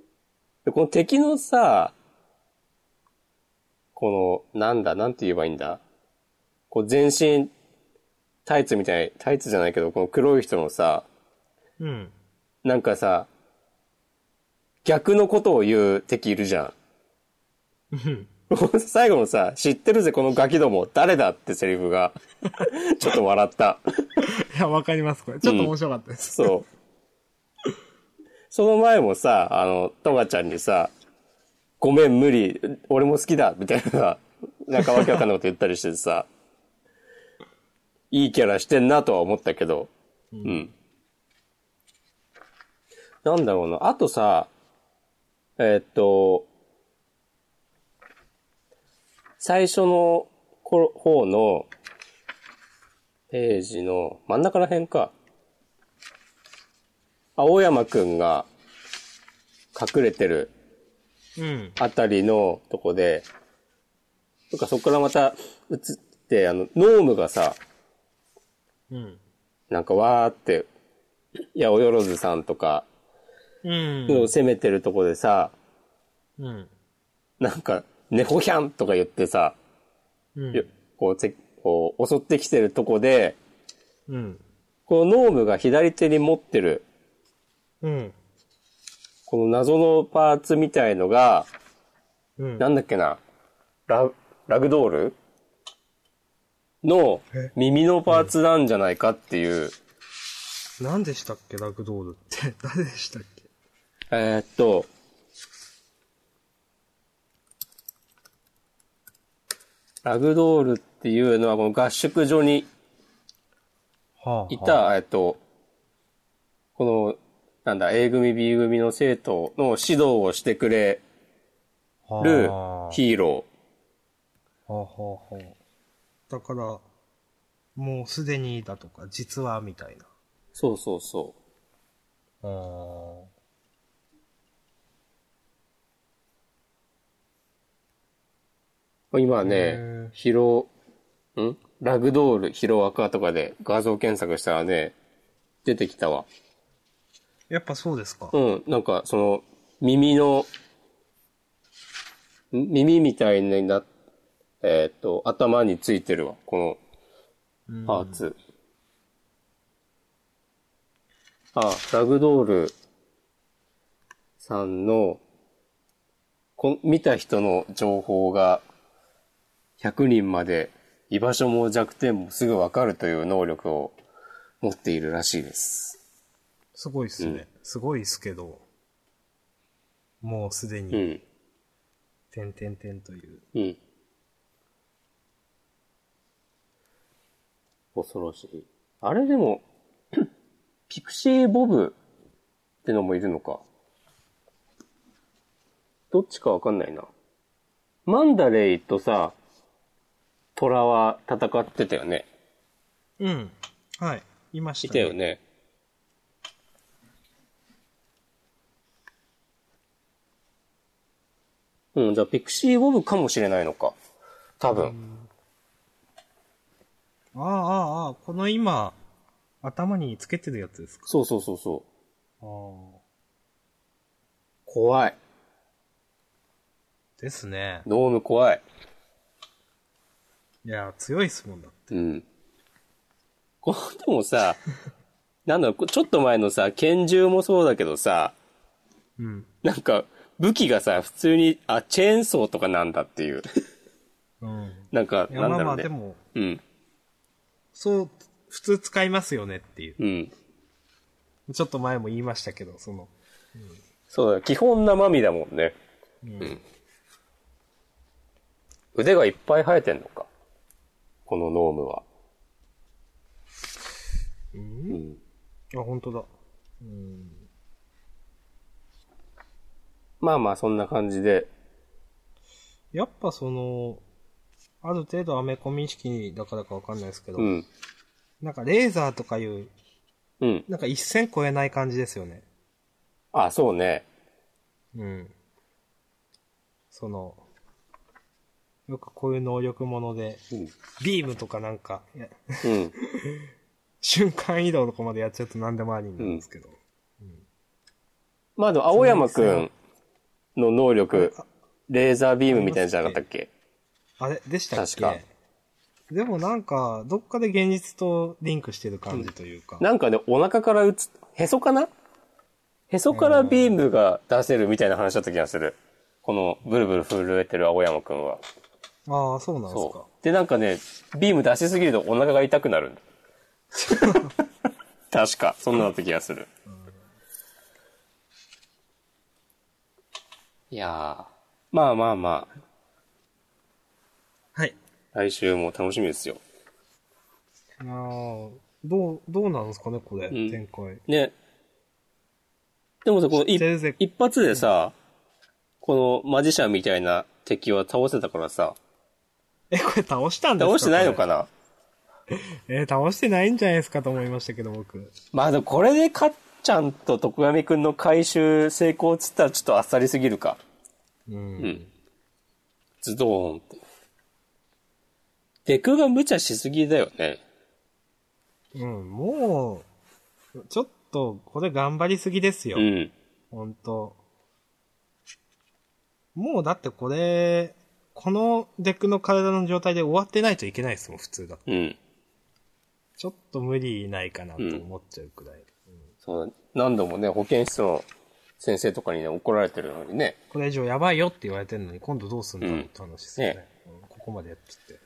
[SPEAKER 1] で、この敵のさ、この、なんだ、なんて言えばいいんだ。こう全身、タイツみたい、タイツじゃないけど、この黒い人のさ、
[SPEAKER 2] うん。
[SPEAKER 1] なんかさ、逆のことを言う敵いるじゃん。
[SPEAKER 2] うん。
[SPEAKER 1] [LAUGHS] 最後のさ、知ってるぜこのガキども、誰だってセリフが、 [LAUGHS] ちょっと笑った。
[SPEAKER 2] いや、わかります、これ。ちょっと面白かったです。
[SPEAKER 1] そう。その前もさ、あの、トガちゃんにさ、ごめん無理、俺も好きだ、みたいなさ、なんかわけわかんないこと言ったりしてさ、いいキャラしてんなとは思ったけど、うん。なんだろうな、あとさ、えーっと、最初の頃方のページの真ん中ら辺か。青山くんが隠れてる
[SPEAKER 2] うん。
[SPEAKER 1] あたりのとこで、とかそこからまた映って、あの、ノームがさ、
[SPEAKER 2] うん。
[SPEAKER 1] なんかわーって、いや、およろずさんとか、
[SPEAKER 2] うん。
[SPEAKER 1] を攻めてるとこでさ、
[SPEAKER 2] うん。
[SPEAKER 1] なんか、ネホヒャンとか言ってさ、
[SPEAKER 2] うん
[SPEAKER 1] よこうて、こう、襲ってきてるとこで、
[SPEAKER 2] うん。
[SPEAKER 1] このノームが左手に持ってる、
[SPEAKER 2] うん。
[SPEAKER 1] この謎のパーツみたいのが、
[SPEAKER 2] うん。
[SPEAKER 1] なんだっけな、ラ、ラグドールの
[SPEAKER 2] え
[SPEAKER 1] 耳のパーツなんじゃないかっていう、
[SPEAKER 2] なんでしたっけ、ラグドールって。 [LAUGHS] 誰でしたっけ
[SPEAKER 1] えーっと、ラグドールっていうのはこの合宿所に
[SPEAKER 2] はあ
[SPEAKER 1] い。た、えっと、この、なんだ、A 組、B 組の生徒の指導をしてくれる
[SPEAKER 2] はあ
[SPEAKER 1] ヒーロ
[SPEAKER 2] はあはあはあ。だから、もうすでにだとか、実はみたいな。
[SPEAKER 1] ー。そうそうそう。
[SPEAKER 2] あー
[SPEAKER 1] 今
[SPEAKER 2] へ
[SPEAKER 1] ね
[SPEAKER 2] ー、
[SPEAKER 1] ヒロ、んラグドール、ヒロアカとかで画像検索したらね、出てきたわ。
[SPEAKER 2] やっぱそうですか。
[SPEAKER 1] うん、なんかその、耳の、ん耳みたいにな、えーっと、頭についてるわ、このパーツ。あ、ラグドールさんの、こ見た人の情報が100人まで居場所も弱点もすぐわかるという能力を持っているらしいです。
[SPEAKER 2] すごいっすね。すごいっすけど、もうすで
[SPEAKER 1] う
[SPEAKER 2] に、
[SPEAKER 1] ん。
[SPEAKER 2] てんてんてんという。
[SPEAKER 1] うん。恐ろしい。あれでも、 [COUGHS] ピクシーボブってのもいるのか。どっちかわかんないな。マンダレイとさ、トラは戦ってたよね。
[SPEAKER 2] うん。はい。いまし
[SPEAKER 1] い
[SPEAKER 2] た
[SPEAKER 1] たよ。ね。うん、じゃあピクシーボブかもしれないのか。多分。
[SPEAKER 2] ああ、ああ、ああ、この今、頭につけてるやつですか。
[SPEAKER 1] そうそうそうそう。
[SPEAKER 2] ああ。
[SPEAKER 1] 怖い。
[SPEAKER 2] ですね。
[SPEAKER 1] ノーム怖い。
[SPEAKER 2] いや、強いっすもんだ。
[SPEAKER 1] うん。このでも
[SPEAKER 2] [LAUGHS]
[SPEAKER 1] さ、なんだろう、ちょっと前のさ、拳銃もそうだけどさ、
[SPEAKER 2] うん。
[SPEAKER 1] なんか、武器がさ、普通に、あ、チェーンソーとかなんだっていう。
[SPEAKER 2] うん。
[SPEAKER 1] なんか、
[SPEAKER 2] いや、
[SPEAKER 1] な
[SPEAKER 2] ま
[SPEAKER 1] んだ
[SPEAKER 2] あま
[SPEAKER 1] ろう
[SPEAKER 2] あ、で
[SPEAKER 1] ね。
[SPEAKER 2] も、
[SPEAKER 1] うん。
[SPEAKER 2] そう、普通使いますよねっていう。
[SPEAKER 1] うん。
[SPEAKER 2] ちょっと前も言いましたけど、その、
[SPEAKER 1] そうだ、基本生身だもんね。うん。腕がいっぱい生えてんのか。このノームは。
[SPEAKER 2] あ、本当だ。うん。
[SPEAKER 1] まあまあ、そんな感じで。
[SPEAKER 2] やっぱその、ある程度アメコミ意識だからかわかんないですけど、
[SPEAKER 1] うん。
[SPEAKER 2] なんかレーザーとかいう、
[SPEAKER 1] うん。
[SPEAKER 2] なんか一線超えない感じですよね。
[SPEAKER 1] あ、そうね。
[SPEAKER 2] うん。その、よくこういう能力もので、
[SPEAKER 1] うん。
[SPEAKER 2] ビームとかなんか、いや [LAUGHS]
[SPEAKER 1] うん。
[SPEAKER 2] 瞬間移動とかまでやっちゃうと何でもありなんですけど。
[SPEAKER 1] まあでも、青山くんの能力、レーザービームみたいなのじゃなかったっけ
[SPEAKER 2] あれでしたっけ
[SPEAKER 1] 確か
[SPEAKER 2] でもなんか、どっかで現実とリンクしてる感じというか。
[SPEAKER 1] なんかね、お腹から打つ、へそかなへそからビームが出せるみたいな話だった気がする。この、ブルブル震えてる青山くんは。
[SPEAKER 2] ああ、そうなんですか
[SPEAKER 1] そ。う。で、なんかね、ビーム出しすぎるとお腹が痛くな
[SPEAKER 2] [LAUGHS]
[SPEAKER 1] るんだ。確か、そんなだった気がする。いやー。まあまあまあ、
[SPEAKER 2] はい。
[SPEAKER 1] 来週も楽しみですよ。
[SPEAKER 2] ああ、どう、どうなんですかね、これ、
[SPEAKER 1] ん
[SPEAKER 2] 展開。
[SPEAKER 1] ね。でもさ、この一
[SPEAKER 2] 全然
[SPEAKER 1] 一発でさ、このマジシャンみたいな敵は倒せたからさ、
[SPEAKER 2] え、これ倒したんですか
[SPEAKER 1] 倒してないのかな
[SPEAKER 2] これえー倒してないんじゃないですかと思いましたけど、僕。
[SPEAKER 1] まあでもこれでかっちゃんと徳上くんの回収成功っつったらちょっとあっさりすぎるか。
[SPEAKER 2] うん。
[SPEAKER 1] ズドーンって。デクが無茶しすぎだよね。
[SPEAKER 2] うん、もう、ちょっと、これ頑張りすぎですよ。
[SPEAKER 1] うん。
[SPEAKER 2] ほんと。もうだってこれ、このデックの体の状態で終わってないといけないですもん、普通だと。
[SPEAKER 1] うん。
[SPEAKER 2] ちょっと無理ないかなと思っちゃうくらい。
[SPEAKER 1] そう何度もね、保健室の先生とかにね、怒られてるのにね。
[SPEAKER 2] これ以上やばいよって言われてるのに、今度どうすんだろうって話ですよね。うんここまでやってきて。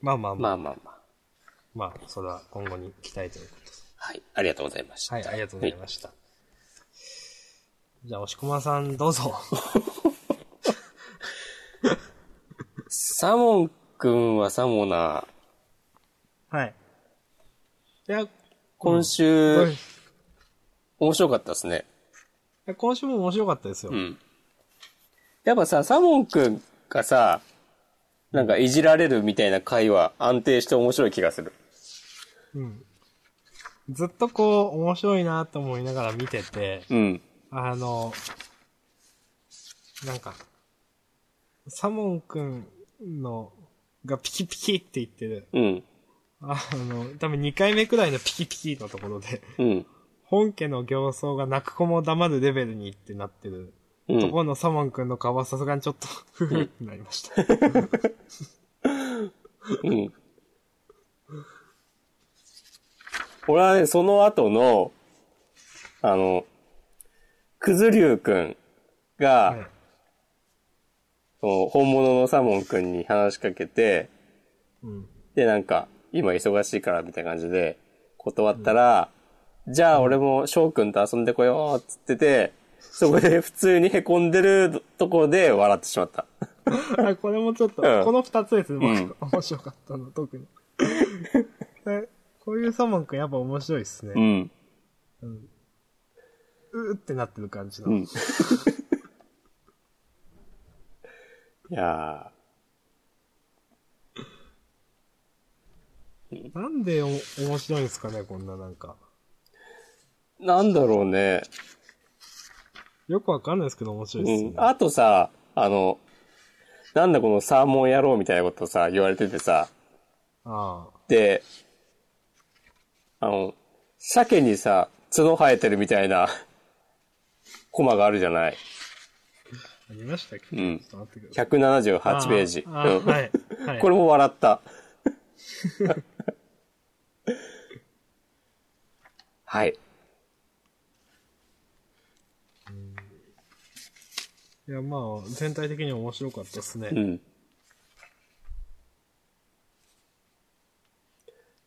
[SPEAKER 2] まあまあまあ、
[SPEAKER 1] まあまあまあ。
[SPEAKER 2] まあ、それは今後に期待ということです。
[SPEAKER 1] はい。ありがとうございました。
[SPEAKER 2] はい、ありがとうございました。じゃあ、押し込まさん、どうぞ。
[SPEAKER 1] サモンくんはサモナー、
[SPEAKER 2] [LAUGHS] はい。いや、
[SPEAKER 1] 今週、面白かったですね。
[SPEAKER 2] 今週も面白かったですよ。
[SPEAKER 1] うん。やっぱさ、サモンくんがさ、なんかいじられるみたいな回は安定して面白い気がする。
[SPEAKER 2] うん。ずっとこう、面白いなと思いながら見てて、
[SPEAKER 1] うん。
[SPEAKER 2] あの、なんか、サモンくんの、がピキピキって言ってる。
[SPEAKER 1] うん。
[SPEAKER 2] あの、多分2回目くらいのピキピキのところで、
[SPEAKER 1] うん。
[SPEAKER 2] 本家の行走が泣く子も黙るレベルにってなってる。
[SPEAKER 1] うん
[SPEAKER 2] ところのサモンくんの顔はさすがにちょっと、ふふってなりました。
[SPEAKER 1] うん。俺はね、その後の、あの、くずりゅうくんが、
[SPEAKER 2] はい。
[SPEAKER 1] その本物のサモンくんに話しかけて、
[SPEAKER 2] うん。
[SPEAKER 1] で、なんか、今忙しいからみたいな感じで、断ったら、じゃあ俺も翔くんと遊んでこようっつってて、そこで普通に凹んでるところで笑ってしまった。
[SPEAKER 2] あ、これもちょっと、
[SPEAKER 1] うん
[SPEAKER 2] この二つですね、
[SPEAKER 1] うん
[SPEAKER 2] 僕面白かったの、特に。えこういうサモンくんやっぱ面白いっす
[SPEAKER 1] う
[SPEAKER 2] ね。
[SPEAKER 1] ん。
[SPEAKER 2] うーってなってる感じの。
[SPEAKER 1] うん。いや
[SPEAKER 2] なんでお面白いんですかね、こんななんか。
[SPEAKER 1] ー、なんだろうね。
[SPEAKER 2] よくわかんないですけど面白
[SPEAKER 1] う
[SPEAKER 2] いっすね
[SPEAKER 1] ん。。あとさ、あの、なんだこのサーモン野郎みたいなことさ、言われててさ、
[SPEAKER 2] あ
[SPEAKER 1] で、あの、鮭にさ、角生えてるみたいな、 [LAUGHS] コマがあるじゃない。
[SPEAKER 2] あ。ありましたっけ
[SPEAKER 1] うん
[SPEAKER 2] ちょっと待ってください。
[SPEAKER 1] 178ページ。
[SPEAKER 2] あー
[SPEAKER 1] うん
[SPEAKER 2] はい。はい。
[SPEAKER 1] これも笑った。 [LAUGHS] はい。
[SPEAKER 2] いや、まあ、全体的に面白かったっすね。
[SPEAKER 1] うん。い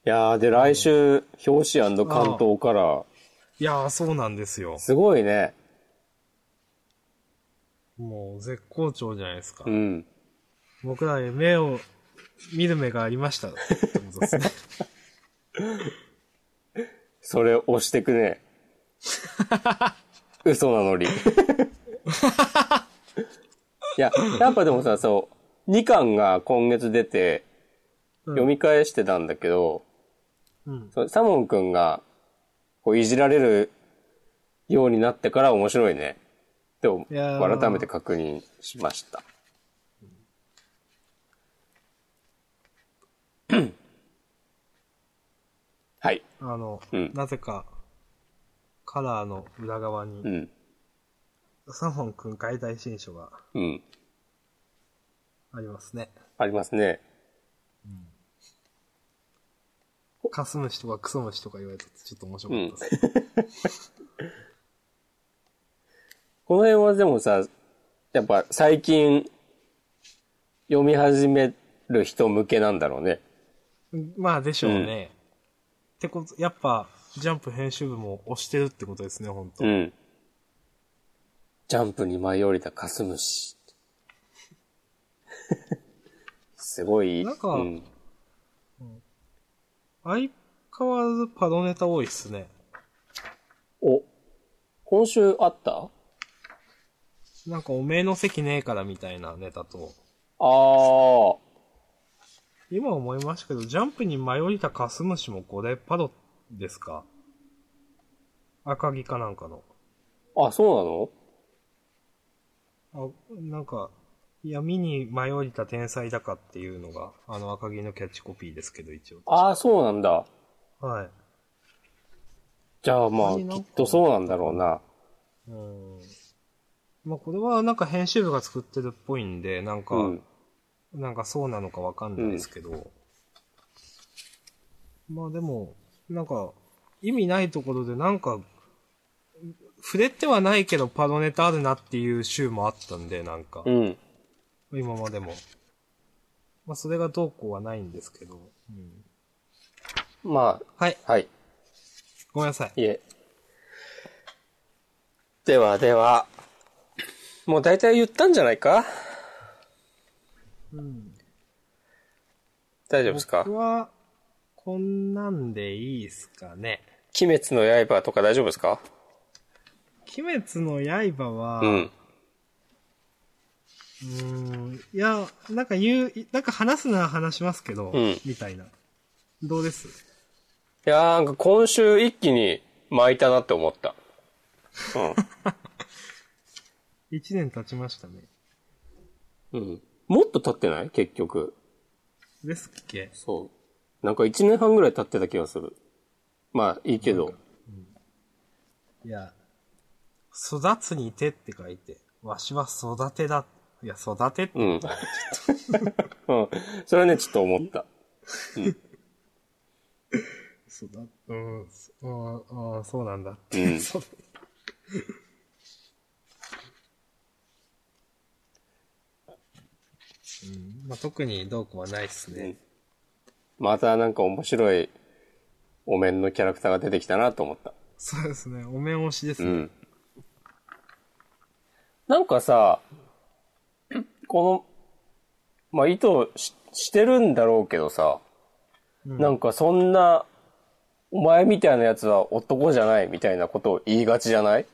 [SPEAKER 1] やー、で、来週、表紙関東から、
[SPEAKER 2] いやー、そうなんですよ。
[SPEAKER 1] すごいね。
[SPEAKER 2] もう、絶好調じゃないですか。
[SPEAKER 1] うん。
[SPEAKER 2] 僕らに目を、見る目がありました。ってことですね。
[SPEAKER 1] それ押してくね。 [LAUGHS] 嘘なのに。い [LAUGHS] や、やっぱでもさ、そう、2巻が今月出て、
[SPEAKER 2] うん
[SPEAKER 1] 読み返してたんだけど、
[SPEAKER 2] [LAUGHS] うん。
[SPEAKER 1] そうサモン君が、こう、いじられるようになってから面白いね。って
[SPEAKER 2] いやー
[SPEAKER 1] 改めて確認しました。はい。
[SPEAKER 2] あの、
[SPEAKER 1] うん
[SPEAKER 2] なぜか、カラーの裏側に、
[SPEAKER 1] うん。
[SPEAKER 2] サモン君解体新書が
[SPEAKER 1] うん。
[SPEAKER 2] ありますね。
[SPEAKER 1] ありますね。
[SPEAKER 2] カスムシとかクソムシとか言われてちょっと面白かったです。
[SPEAKER 1] この辺はでもさ、やっぱ最近読み始める人向けなんだろうね。
[SPEAKER 2] まあでしょうね。ってこと、やっぱ、ジャンプ編集部も押してるってことですね、ほんと。
[SPEAKER 1] ん。ジャンプに舞い降りたカスムシ。
[SPEAKER 2] [LAUGHS]
[SPEAKER 1] すごい。
[SPEAKER 2] なんか
[SPEAKER 1] うん、
[SPEAKER 2] 相変わらずパロネタ多いっすね。
[SPEAKER 1] お、今週あった
[SPEAKER 2] なんかおめえの席ねえからみたいなネタと。
[SPEAKER 1] あー。
[SPEAKER 2] 今思いましたけど、ジャンプに迷いたカスムシもこれパロですか赤木かなんかの。
[SPEAKER 1] あ、そう
[SPEAKER 2] あ、なんか、闇に迷いた天才だかっていうのが、あの赤木のキャッチコピーですけど、一応。
[SPEAKER 1] なのあー、そうなんだ。
[SPEAKER 2] はい。
[SPEAKER 1] じゃあまあ、
[SPEAKER 2] 他
[SPEAKER 1] き
[SPEAKER 2] になん
[SPEAKER 1] っ
[SPEAKER 2] か
[SPEAKER 1] とそうなんだろうな。
[SPEAKER 2] うん。まあ、これはなんか編集部が作ってるっぽいんで、なんか、
[SPEAKER 1] うん。
[SPEAKER 2] なんかそうなのかわかんないですけど。まあでも、なんか、意味ないところでなんか、触れてはないけどパロネタあるなっていう週もあったんで、なんか
[SPEAKER 1] う、ん。
[SPEAKER 2] 今までも。まあそれがどうこうはないんですけど。うん
[SPEAKER 1] ま
[SPEAKER 2] はい、
[SPEAKER 1] あ、はい。
[SPEAKER 2] ごめんなさい。
[SPEAKER 1] いえ。ではでは、もう大体言ったんじゃないか
[SPEAKER 2] うん、
[SPEAKER 1] 大丈夫ですか
[SPEAKER 2] 僕は、こんなんでいいですかね。
[SPEAKER 1] 鬼滅の刃とか大丈夫ですか
[SPEAKER 2] 鬼滅の刃は、
[SPEAKER 1] うん。
[SPEAKER 2] うーんいや、なんか言う、なんか話すなら話しますけど、
[SPEAKER 1] うん
[SPEAKER 2] みたいな。どうです
[SPEAKER 1] いやーなんか今週一気に巻いたなって思った。
[SPEAKER 2] 一年経ちましたね。
[SPEAKER 1] うん。うん。もっと経ってない結局。
[SPEAKER 2] ですっけ
[SPEAKER 1] そう。なんか一年半ぐらい経ってた気がする。まあ、いいけど。
[SPEAKER 2] いや、育つに手って書いて、わしは育てだ。いや、育てって、
[SPEAKER 1] うん。 [LAUGHS] うん。それはね、ちょっと思った。
[SPEAKER 2] 育て、うん、そうん、うん、そうなんだっ
[SPEAKER 1] う
[SPEAKER 2] て。
[SPEAKER 1] ん。
[SPEAKER 2] [LAUGHS] そううんまあ、特にどうこうはないっすね。
[SPEAKER 1] またなんか面白いお面のキャラクターが出てきたなと思った。
[SPEAKER 2] そうですね。お面押しです
[SPEAKER 1] う
[SPEAKER 2] ね。
[SPEAKER 1] ん。なんかさ、この、まあ、意図ししてるんだろうけどさ、
[SPEAKER 2] うん
[SPEAKER 1] なんかそんな、お前みたいなやつは男じゃないみたいなことを言いがちじゃない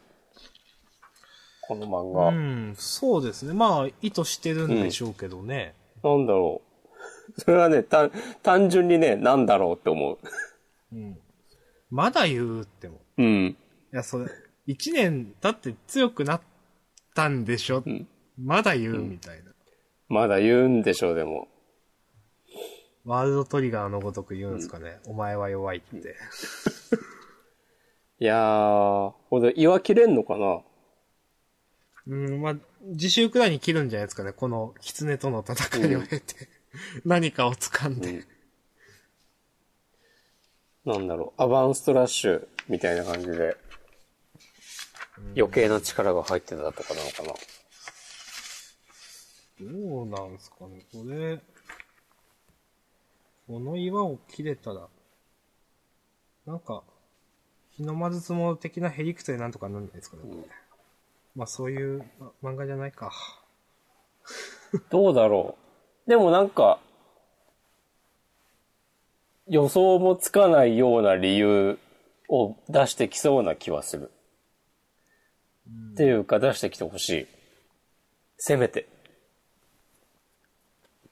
[SPEAKER 1] この漫画。
[SPEAKER 2] うん、そうですね。まあ、意図してるんでしょうけどね。
[SPEAKER 1] なんだろう。それはね、単単純にね、なんだろうって思
[SPEAKER 2] うん。まだ言うっても。
[SPEAKER 1] う。うん。
[SPEAKER 2] いや、それ、一年経って強くなったんでしょ、
[SPEAKER 1] ん
[SPEAKER 2] まだ言うみたいな。
[SPEAKER 1] まだ言うんでしょう、でも。
[SPEAKER 2] ワールドトリガーのごとく言うんですかね。お前は弱いって。
[SPEAKER 1] いやー、これ言わ切れんのかな
[SPEAKER 2] うん、まあ、自習くらいに切るんじゃないですかね。この、狐との戦いを経て。 [LAUGHS] 何かを掴んで。
[SPEAKER 1] なんだろう、アバンストラッシュみたいな感じで、余計な力が入ってたとかなのかな。
[SPEAKER 2] どうなんですかね。これ、この岩を切れたら、なんか、日の丸相撲的なヘリクツでなんとかなんないですかね。まあそういうあ漫画じゃないか。
[SPEAKER 1] どうだろう。でもなんか、予想もつかないような理由を出してきそうな気はする。っていうか出してきてほしい。せめて。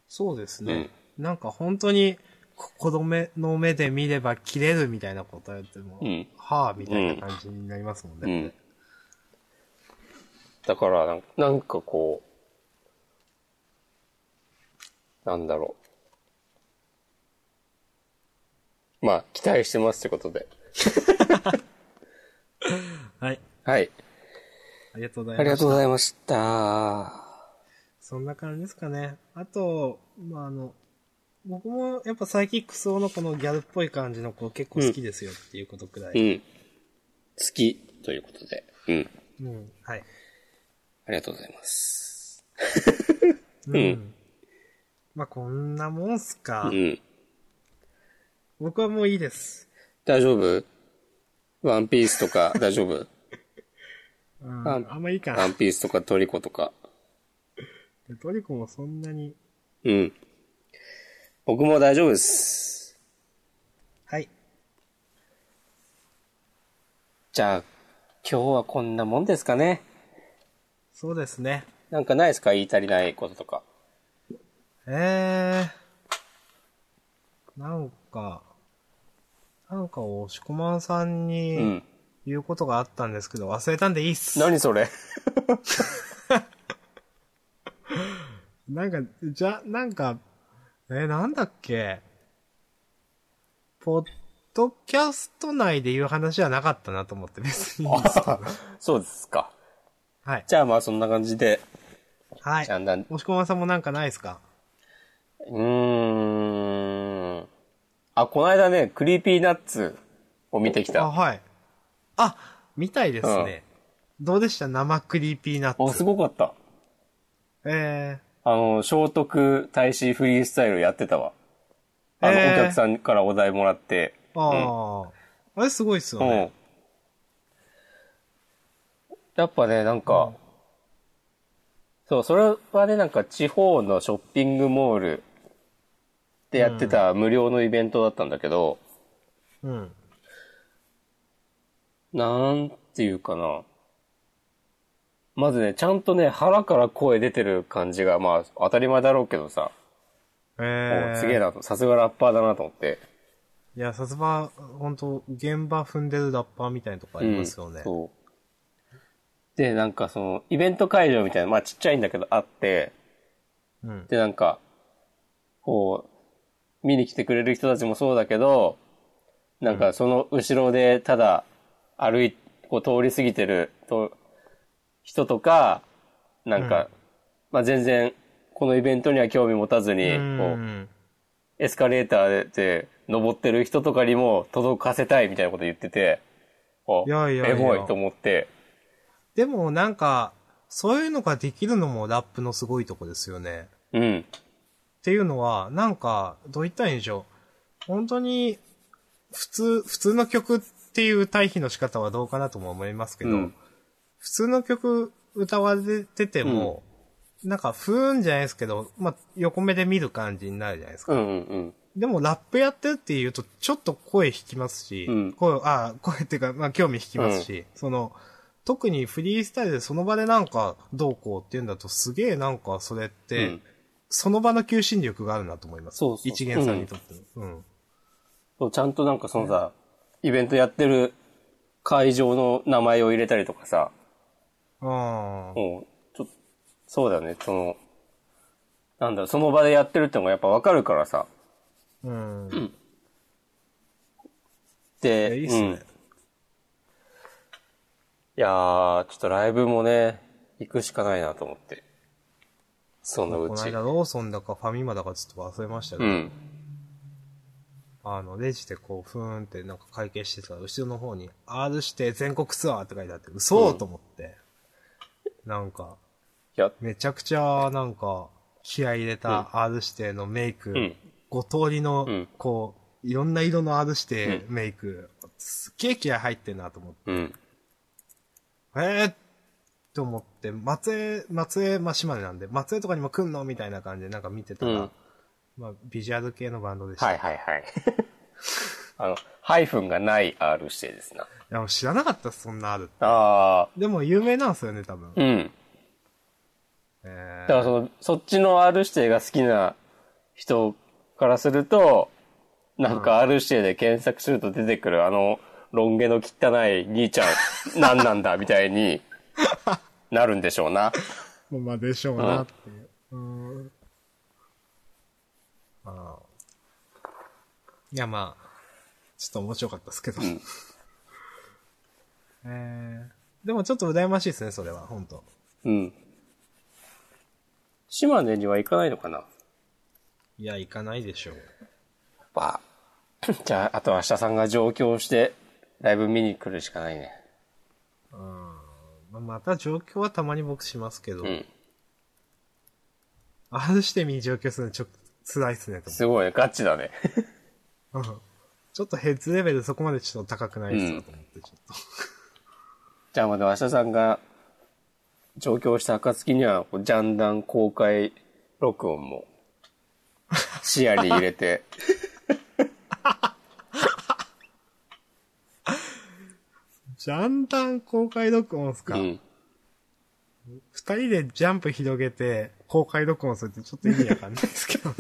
[SPEAKER 2] そうですね。なんか本当に、こ子供の目で見れば切れるみたいなことやっても、
[SPEAKER 1] うん
[SPEAKER 2] はあみたいな感じになりますもん
[SPEAKER 1] う
[SPEAKER 2] ね。
[SPEAKER 1] ん。だからなん、なんかこう、なんだろう。まあ、期待してますってことで。
[SPEAKER 2] はい。
[SPEAKER 1] はい。
[SPEAKER 2] ありがとうござい
[SPEAKER 1] あ
[SPEAKER 2] ま
[SPEAKER 1] りが。
[SPEAKER 2] す
[SPEAKER 1] とうございました。
[SPEAKER 2] そんな感じですかね。あと、まあ、あの、僕もやっぱサイキックスオのこのギャルっぽい感じの子結構好きですよっていうことくら
[SPEAKER 1] う
[SPEAKER 2] い。
[SPEAKER 1] ん。好きということで。うん。
[SPEAKER 2] うん。はい。
[SPEAKER 1] ありがとうございます。
[SPEAKER 2] うん。まあ、こんなもんすか。
[SPEAKER 1] うん。
[SPEAKER 2] 僕はもういいです。
[SPEAKER 1] 大丈夫ワンピースとか [LAUGHS] 大丈夫
[SPEAKER 2] うん。
[SPEAKER 1] あ
[SPEAKER 2] あんまいいか
[SPEAKER 1] ワ
[SPEAKER 2] な
[SPEAKER 1] ン。ピースとかトリコとか。
[SPEAKER 2] トリコもそんなに。
[SPEAKER 1] うん。僕も大丈夫です。
[SPEAKER 2] はい。
[SPEAKER 1] じゃあ、今日はこんなもんですかね。
[SPEAKER 2] そうですね。
[SPEAKER 1] なんかないですか言い足りないこととか。
[SPEAKER 2] えー。なんか、なんか押しこまんさん
[SPEAKER 1] う
[SPEAKER 2] に
[SPEAKER 1] ん。
[SPEAKER 2] 言うことがあったんですけど、忘れたんでいいっす。
[SPEAKER 1] 何そ
[SPEAKER 2] [LAUGHS]
[SPEAKER 1] れ
[SPEAKER 2] なんか、じゃ、なんか、えーなんだっけ。ポッドキャスト内で言う話じゃなかったなと思って、別に。
[SPEAKER 1] [LAUGHS] そうですか。
[SPEAKER 2] はい。
[SPEAKER 1] じゃあまあそんな感じで、
[SPEAKER 2] はい
[SPEAKER 1] じゃ。あなん、
[SPEAKER 2] 押し込まさんもなんかないですか
[SPEAKER 1] うーん。あ、この間ね、クリーピーナッツを見てき
[SPEAKER 2] あ、
[SPEAKER 1] た。
[SPEAKER 2] はい。あ、みたいですね。どうでした生クリーピーナッ
[SPEAKER 1] あ、
[SPEAKER 2] ツ。
[SPEAKER 1] すごかった。
[SPEAKER 2] え
[SPEAKER 1] あの、聖徳太子フリースタイルやってたわ。あの、
[SPEAKER 2] えー
[SPEAKER 1] お客さんからお題もらって。
[SPEAKER 2] ー、あー、あれすごいっすよね。
[SPEAKER 1] うん。やっぱね、なんか、そう、それはね、なんか地方のショッピングモールでやってた無料のイベントだったんだけど、
[SPEAKER 2] うん。
[SPEAKER 1] なんていうかな。まずね、ちゃんとね、腹から声出てる感じが、まあ、当たり前だろうけどさ、
[SPEAKER 2] え
[SPEAKER 1] お
[SPEAKER 2] ー、
[SPEAKER 1] すげえなと、さすがラッパーだなと思って。
[SPEAKER 2] いや、さすが、ほんと、現場踏んでるラッパーみたいなとこありますよね。
[SPEAKER 1] うんそう。で、なんかその、イベント会場みたいな、まあちっちゃいんだけどあって、
[SPEAKER 2] うん。
[SPEAKER 1] で、なんか、こう、見に来てくれる人たちもそうだけど、なんかその後ろでただ歩い、こう通り過ぎてると人とか、なんか、まあ全然このイベントには興味持たずに、
[SPEAKER 2] うん
[SPEAKER 1] こう、エスカレーターで登ってる人とかにも届かせたいみたいなこと言ってて、あ
[SPEAKER 2] いやいやいや
[SPEAKER 1] エモいと思って、
[SPEAKER 2] でもなんか、そういうのができるのもラップのすごいとこですよね。
[SPEAKER 1] うん。
[SPEAKER 2] っていうのは、なんか、どう言ったらいいんでしょう。本当に、普通、普通の曲っていう対比の仕方はどうかなとも思いますけど、
[SPEAKER 1] うん
[SPEAKER 2] 普通の曲歌われてても、なんか、ふーんじゃないですけど、まあ、横目で見る感じになるじゃないですか。
[SPEAKER 1] うんうん
[SPEAKER 2] でも、ラップやってるっていうと、ちょっと声引きますし、
[SPEAKER 1] うん
[SPEAKER 2] 声、あ声っていうか、まあ、興味引きますし、その、特にフリースタイルでその場でなんか、どうこうっていうんだと、すげえなんか、それっ
[SPEAKER 1] うん。
[SPEAKER 2] て、
[SPEAKER 1] うん
[SPEAKER 2] その場の求心力があるなと思います。
[SPEAKER 1] そうそう
[SPEAKER 2] 一元さんにとっても。うん。
[SPEAKER 1] そうちゃんとなんかそのさ、イベントやってる会場の名前を入れたりとかさ、
[SPEAKER 2] ああ。
[SPEAKER 1] もう、ちょっと、そうだよね、その、なんだろう、その場でやってるってのがやっぱわかるからさ、
[SPEAKER 2] うん。いや
[SPEAKER 1] で、
[SPEAKER 2] いいっすね
[SPEAKER 1] うんいやー、ちょっとライブもね、行くしかないなと思って。その
[SPEAKER 2] こ
[SPEAKER 1] う
[SPEAKER 2] の
[SPEAKER 1] ち。
[SPEAKER 2] 間、ローソンだかファミマだかちょっと忘れましたけ
[SPEAKER 1] う
[SPEAKER 2] ど、
[SPEAKER 1] ん。
[SPEAKER 2] あの、レジでこう、ふーんってなんか会計してたら、後ろの方に、R して全国ツアーって書いてあって、嘘
[SPEAKER 1] うん
[SPEAKER 2] と思って。なんか、
[SPEAKER 1] いや、
[SPEAKER 2] めちゃくちゃ、なんか、気合い入れた R 指定のメイク、
[SPEAKER 1] ん
[SPEAKER 2] 5通りの、
[SPEAKER 1] うん
[SPEAKER 2] こう、いろんな色の R 指定メイク、すっげえ気合い入ってんなと思って。
[SPEAKER 1] うん。
[SPEAKER 2] えー、と思って、松江、松江、まあ、島根なんで、松江とかにも来んのみたいな感じでなんか見てたら、
[SPEAKER 1] うん
[SPEAKER 2] まあ、ビジュアル系のバンドでした。
[SPEAKER 1] はいはいはい。 [LAUGHS] あの、ハイフンがない R 指定ですな。
[SPEAKER 2] いや、知らなかったっすそんなある。
[SPEAKER 1] ああ、
[SPEAKER 2] でも有名なんですよね、多分。
[SPEAKER 1] うん。だ
[SPEAKER 2] えー
[SPEAKER 1] からその、そっちの R 指定が好きな人からすると、なんか R 指定で検索すると出てくるあの、ロン毛の汚い兄ちゃん、何なんだみたいになるんでしょうな。
[SPEAKER 2] まあまあでしょうなっていう。うん。ああ。いやまあ、ちょっと面白かったですけど。えー、でもちょっと羨ましいですね、それは、本当
[SPEAKER 1] うん。島根には行かないのかない
[SPEAKER 2] や、行かないでしょう。
[SPEAKER 1] まあ、 [LAUGHS] じゃあ、あとは明日さんが上京して、ライブ見に来るしかないね。
[SPEAKER 2] まあ、また状況はたまに僕しますけど、
[SPEAKER 1] うん。
[SPEAKER 2] R してみに状況するのちょっと辛いっすね、と
[SPEAKER 1] すごいね、ガチだね。
[SPEAKER 2] 思ううんちょっとヘッズレベルそこまでちょっと高くないっすよ、と思って、ちょっと。
[SPEAKER 1] じゃあまだ明日さんが上京した暁には、こうジャンダン公開録音も視野に入れ [LAUGHS] て、
[SPEAKER 2] ジャンダン公開録音っす
[SPEAKER 1] う
[SPEAKER 2] か、
[SPEAKER 1] ん。
[SPEAKER 2] 二人でジャンプ広げて、公開録音するってちょっと意味わかんないですけどね。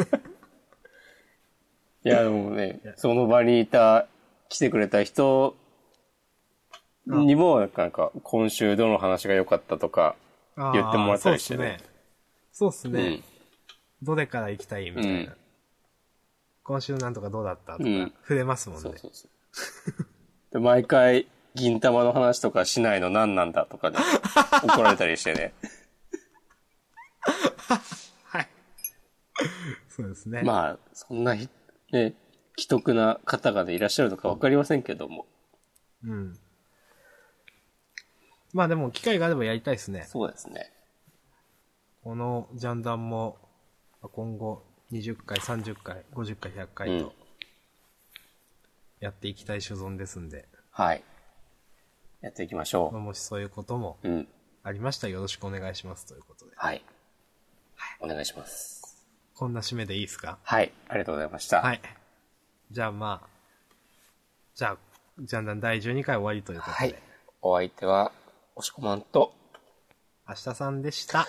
[SPEAKER 1] いや、でもね、その場にいた、来てくれた人にも、なんか、今週どの話が良かったとか、 [LAUGHS] 言ってもらったりしてね
[SPEAKER 2] あーそうっすね。そうっす
[SPEAKER 1] うん
[SPEAKER 2] ね。。どれから行きたいみたいな。
[SPEAKER 1] うん
[SPEAKER 2] 今週なんとかどうだったとか、
[SPEAKER 1] うん
[SPEAKER 2] 触れますもん
[SPEAKER 1] そ
[SPEAKER 2] ね
[SPEAKER 1] う。そうそう。で、毎回、銀玉の話とかしないの何なんだと [LAUGHS] かで、怒られたりしてね。
[SPEAKER 2] はい。そうですね。
[SPEAKER 1] まあ、そんなひ、ね、既得な方がね、いらっしゃるのかわかりませんけども。
[SPEAKER 2] うん。まあでも、機会があればやりたいですね。
[SPEAKER 1] そうですね。
[SPEAKER 2] このジャンダンも、今後、20回、30回、50回、100
[SPEAKER 1] う
[SPEAKER 2] 回
[SPEAKER 1] ん
[SPEAKER 2] と、。やっていきたい所存ですんで、
[SPEAKER 1] はい。やっていきまし
[SPEAKER 2] ま
[SPEAKER 1] ょ
[SPEAKER 2] あもしそういうことも
[SPEAKER 1] う。うん。
[SPEAKER 2] ありましたらよろしくお願いしますということで。
[SPEAKER 1] はい。お願いします。
[SPEAKER 2] こんな締めでいいですか
[SPEAKER 1] はい。ありがとうございました。
[SPEAKER 2] はい。じゃあまあ、じゃあ、ジャンダン第12回終わりということで、
[SPEAKER 1] はい。お相手は、おしこまんと、
[SPEAKER 2] 明日さんでした。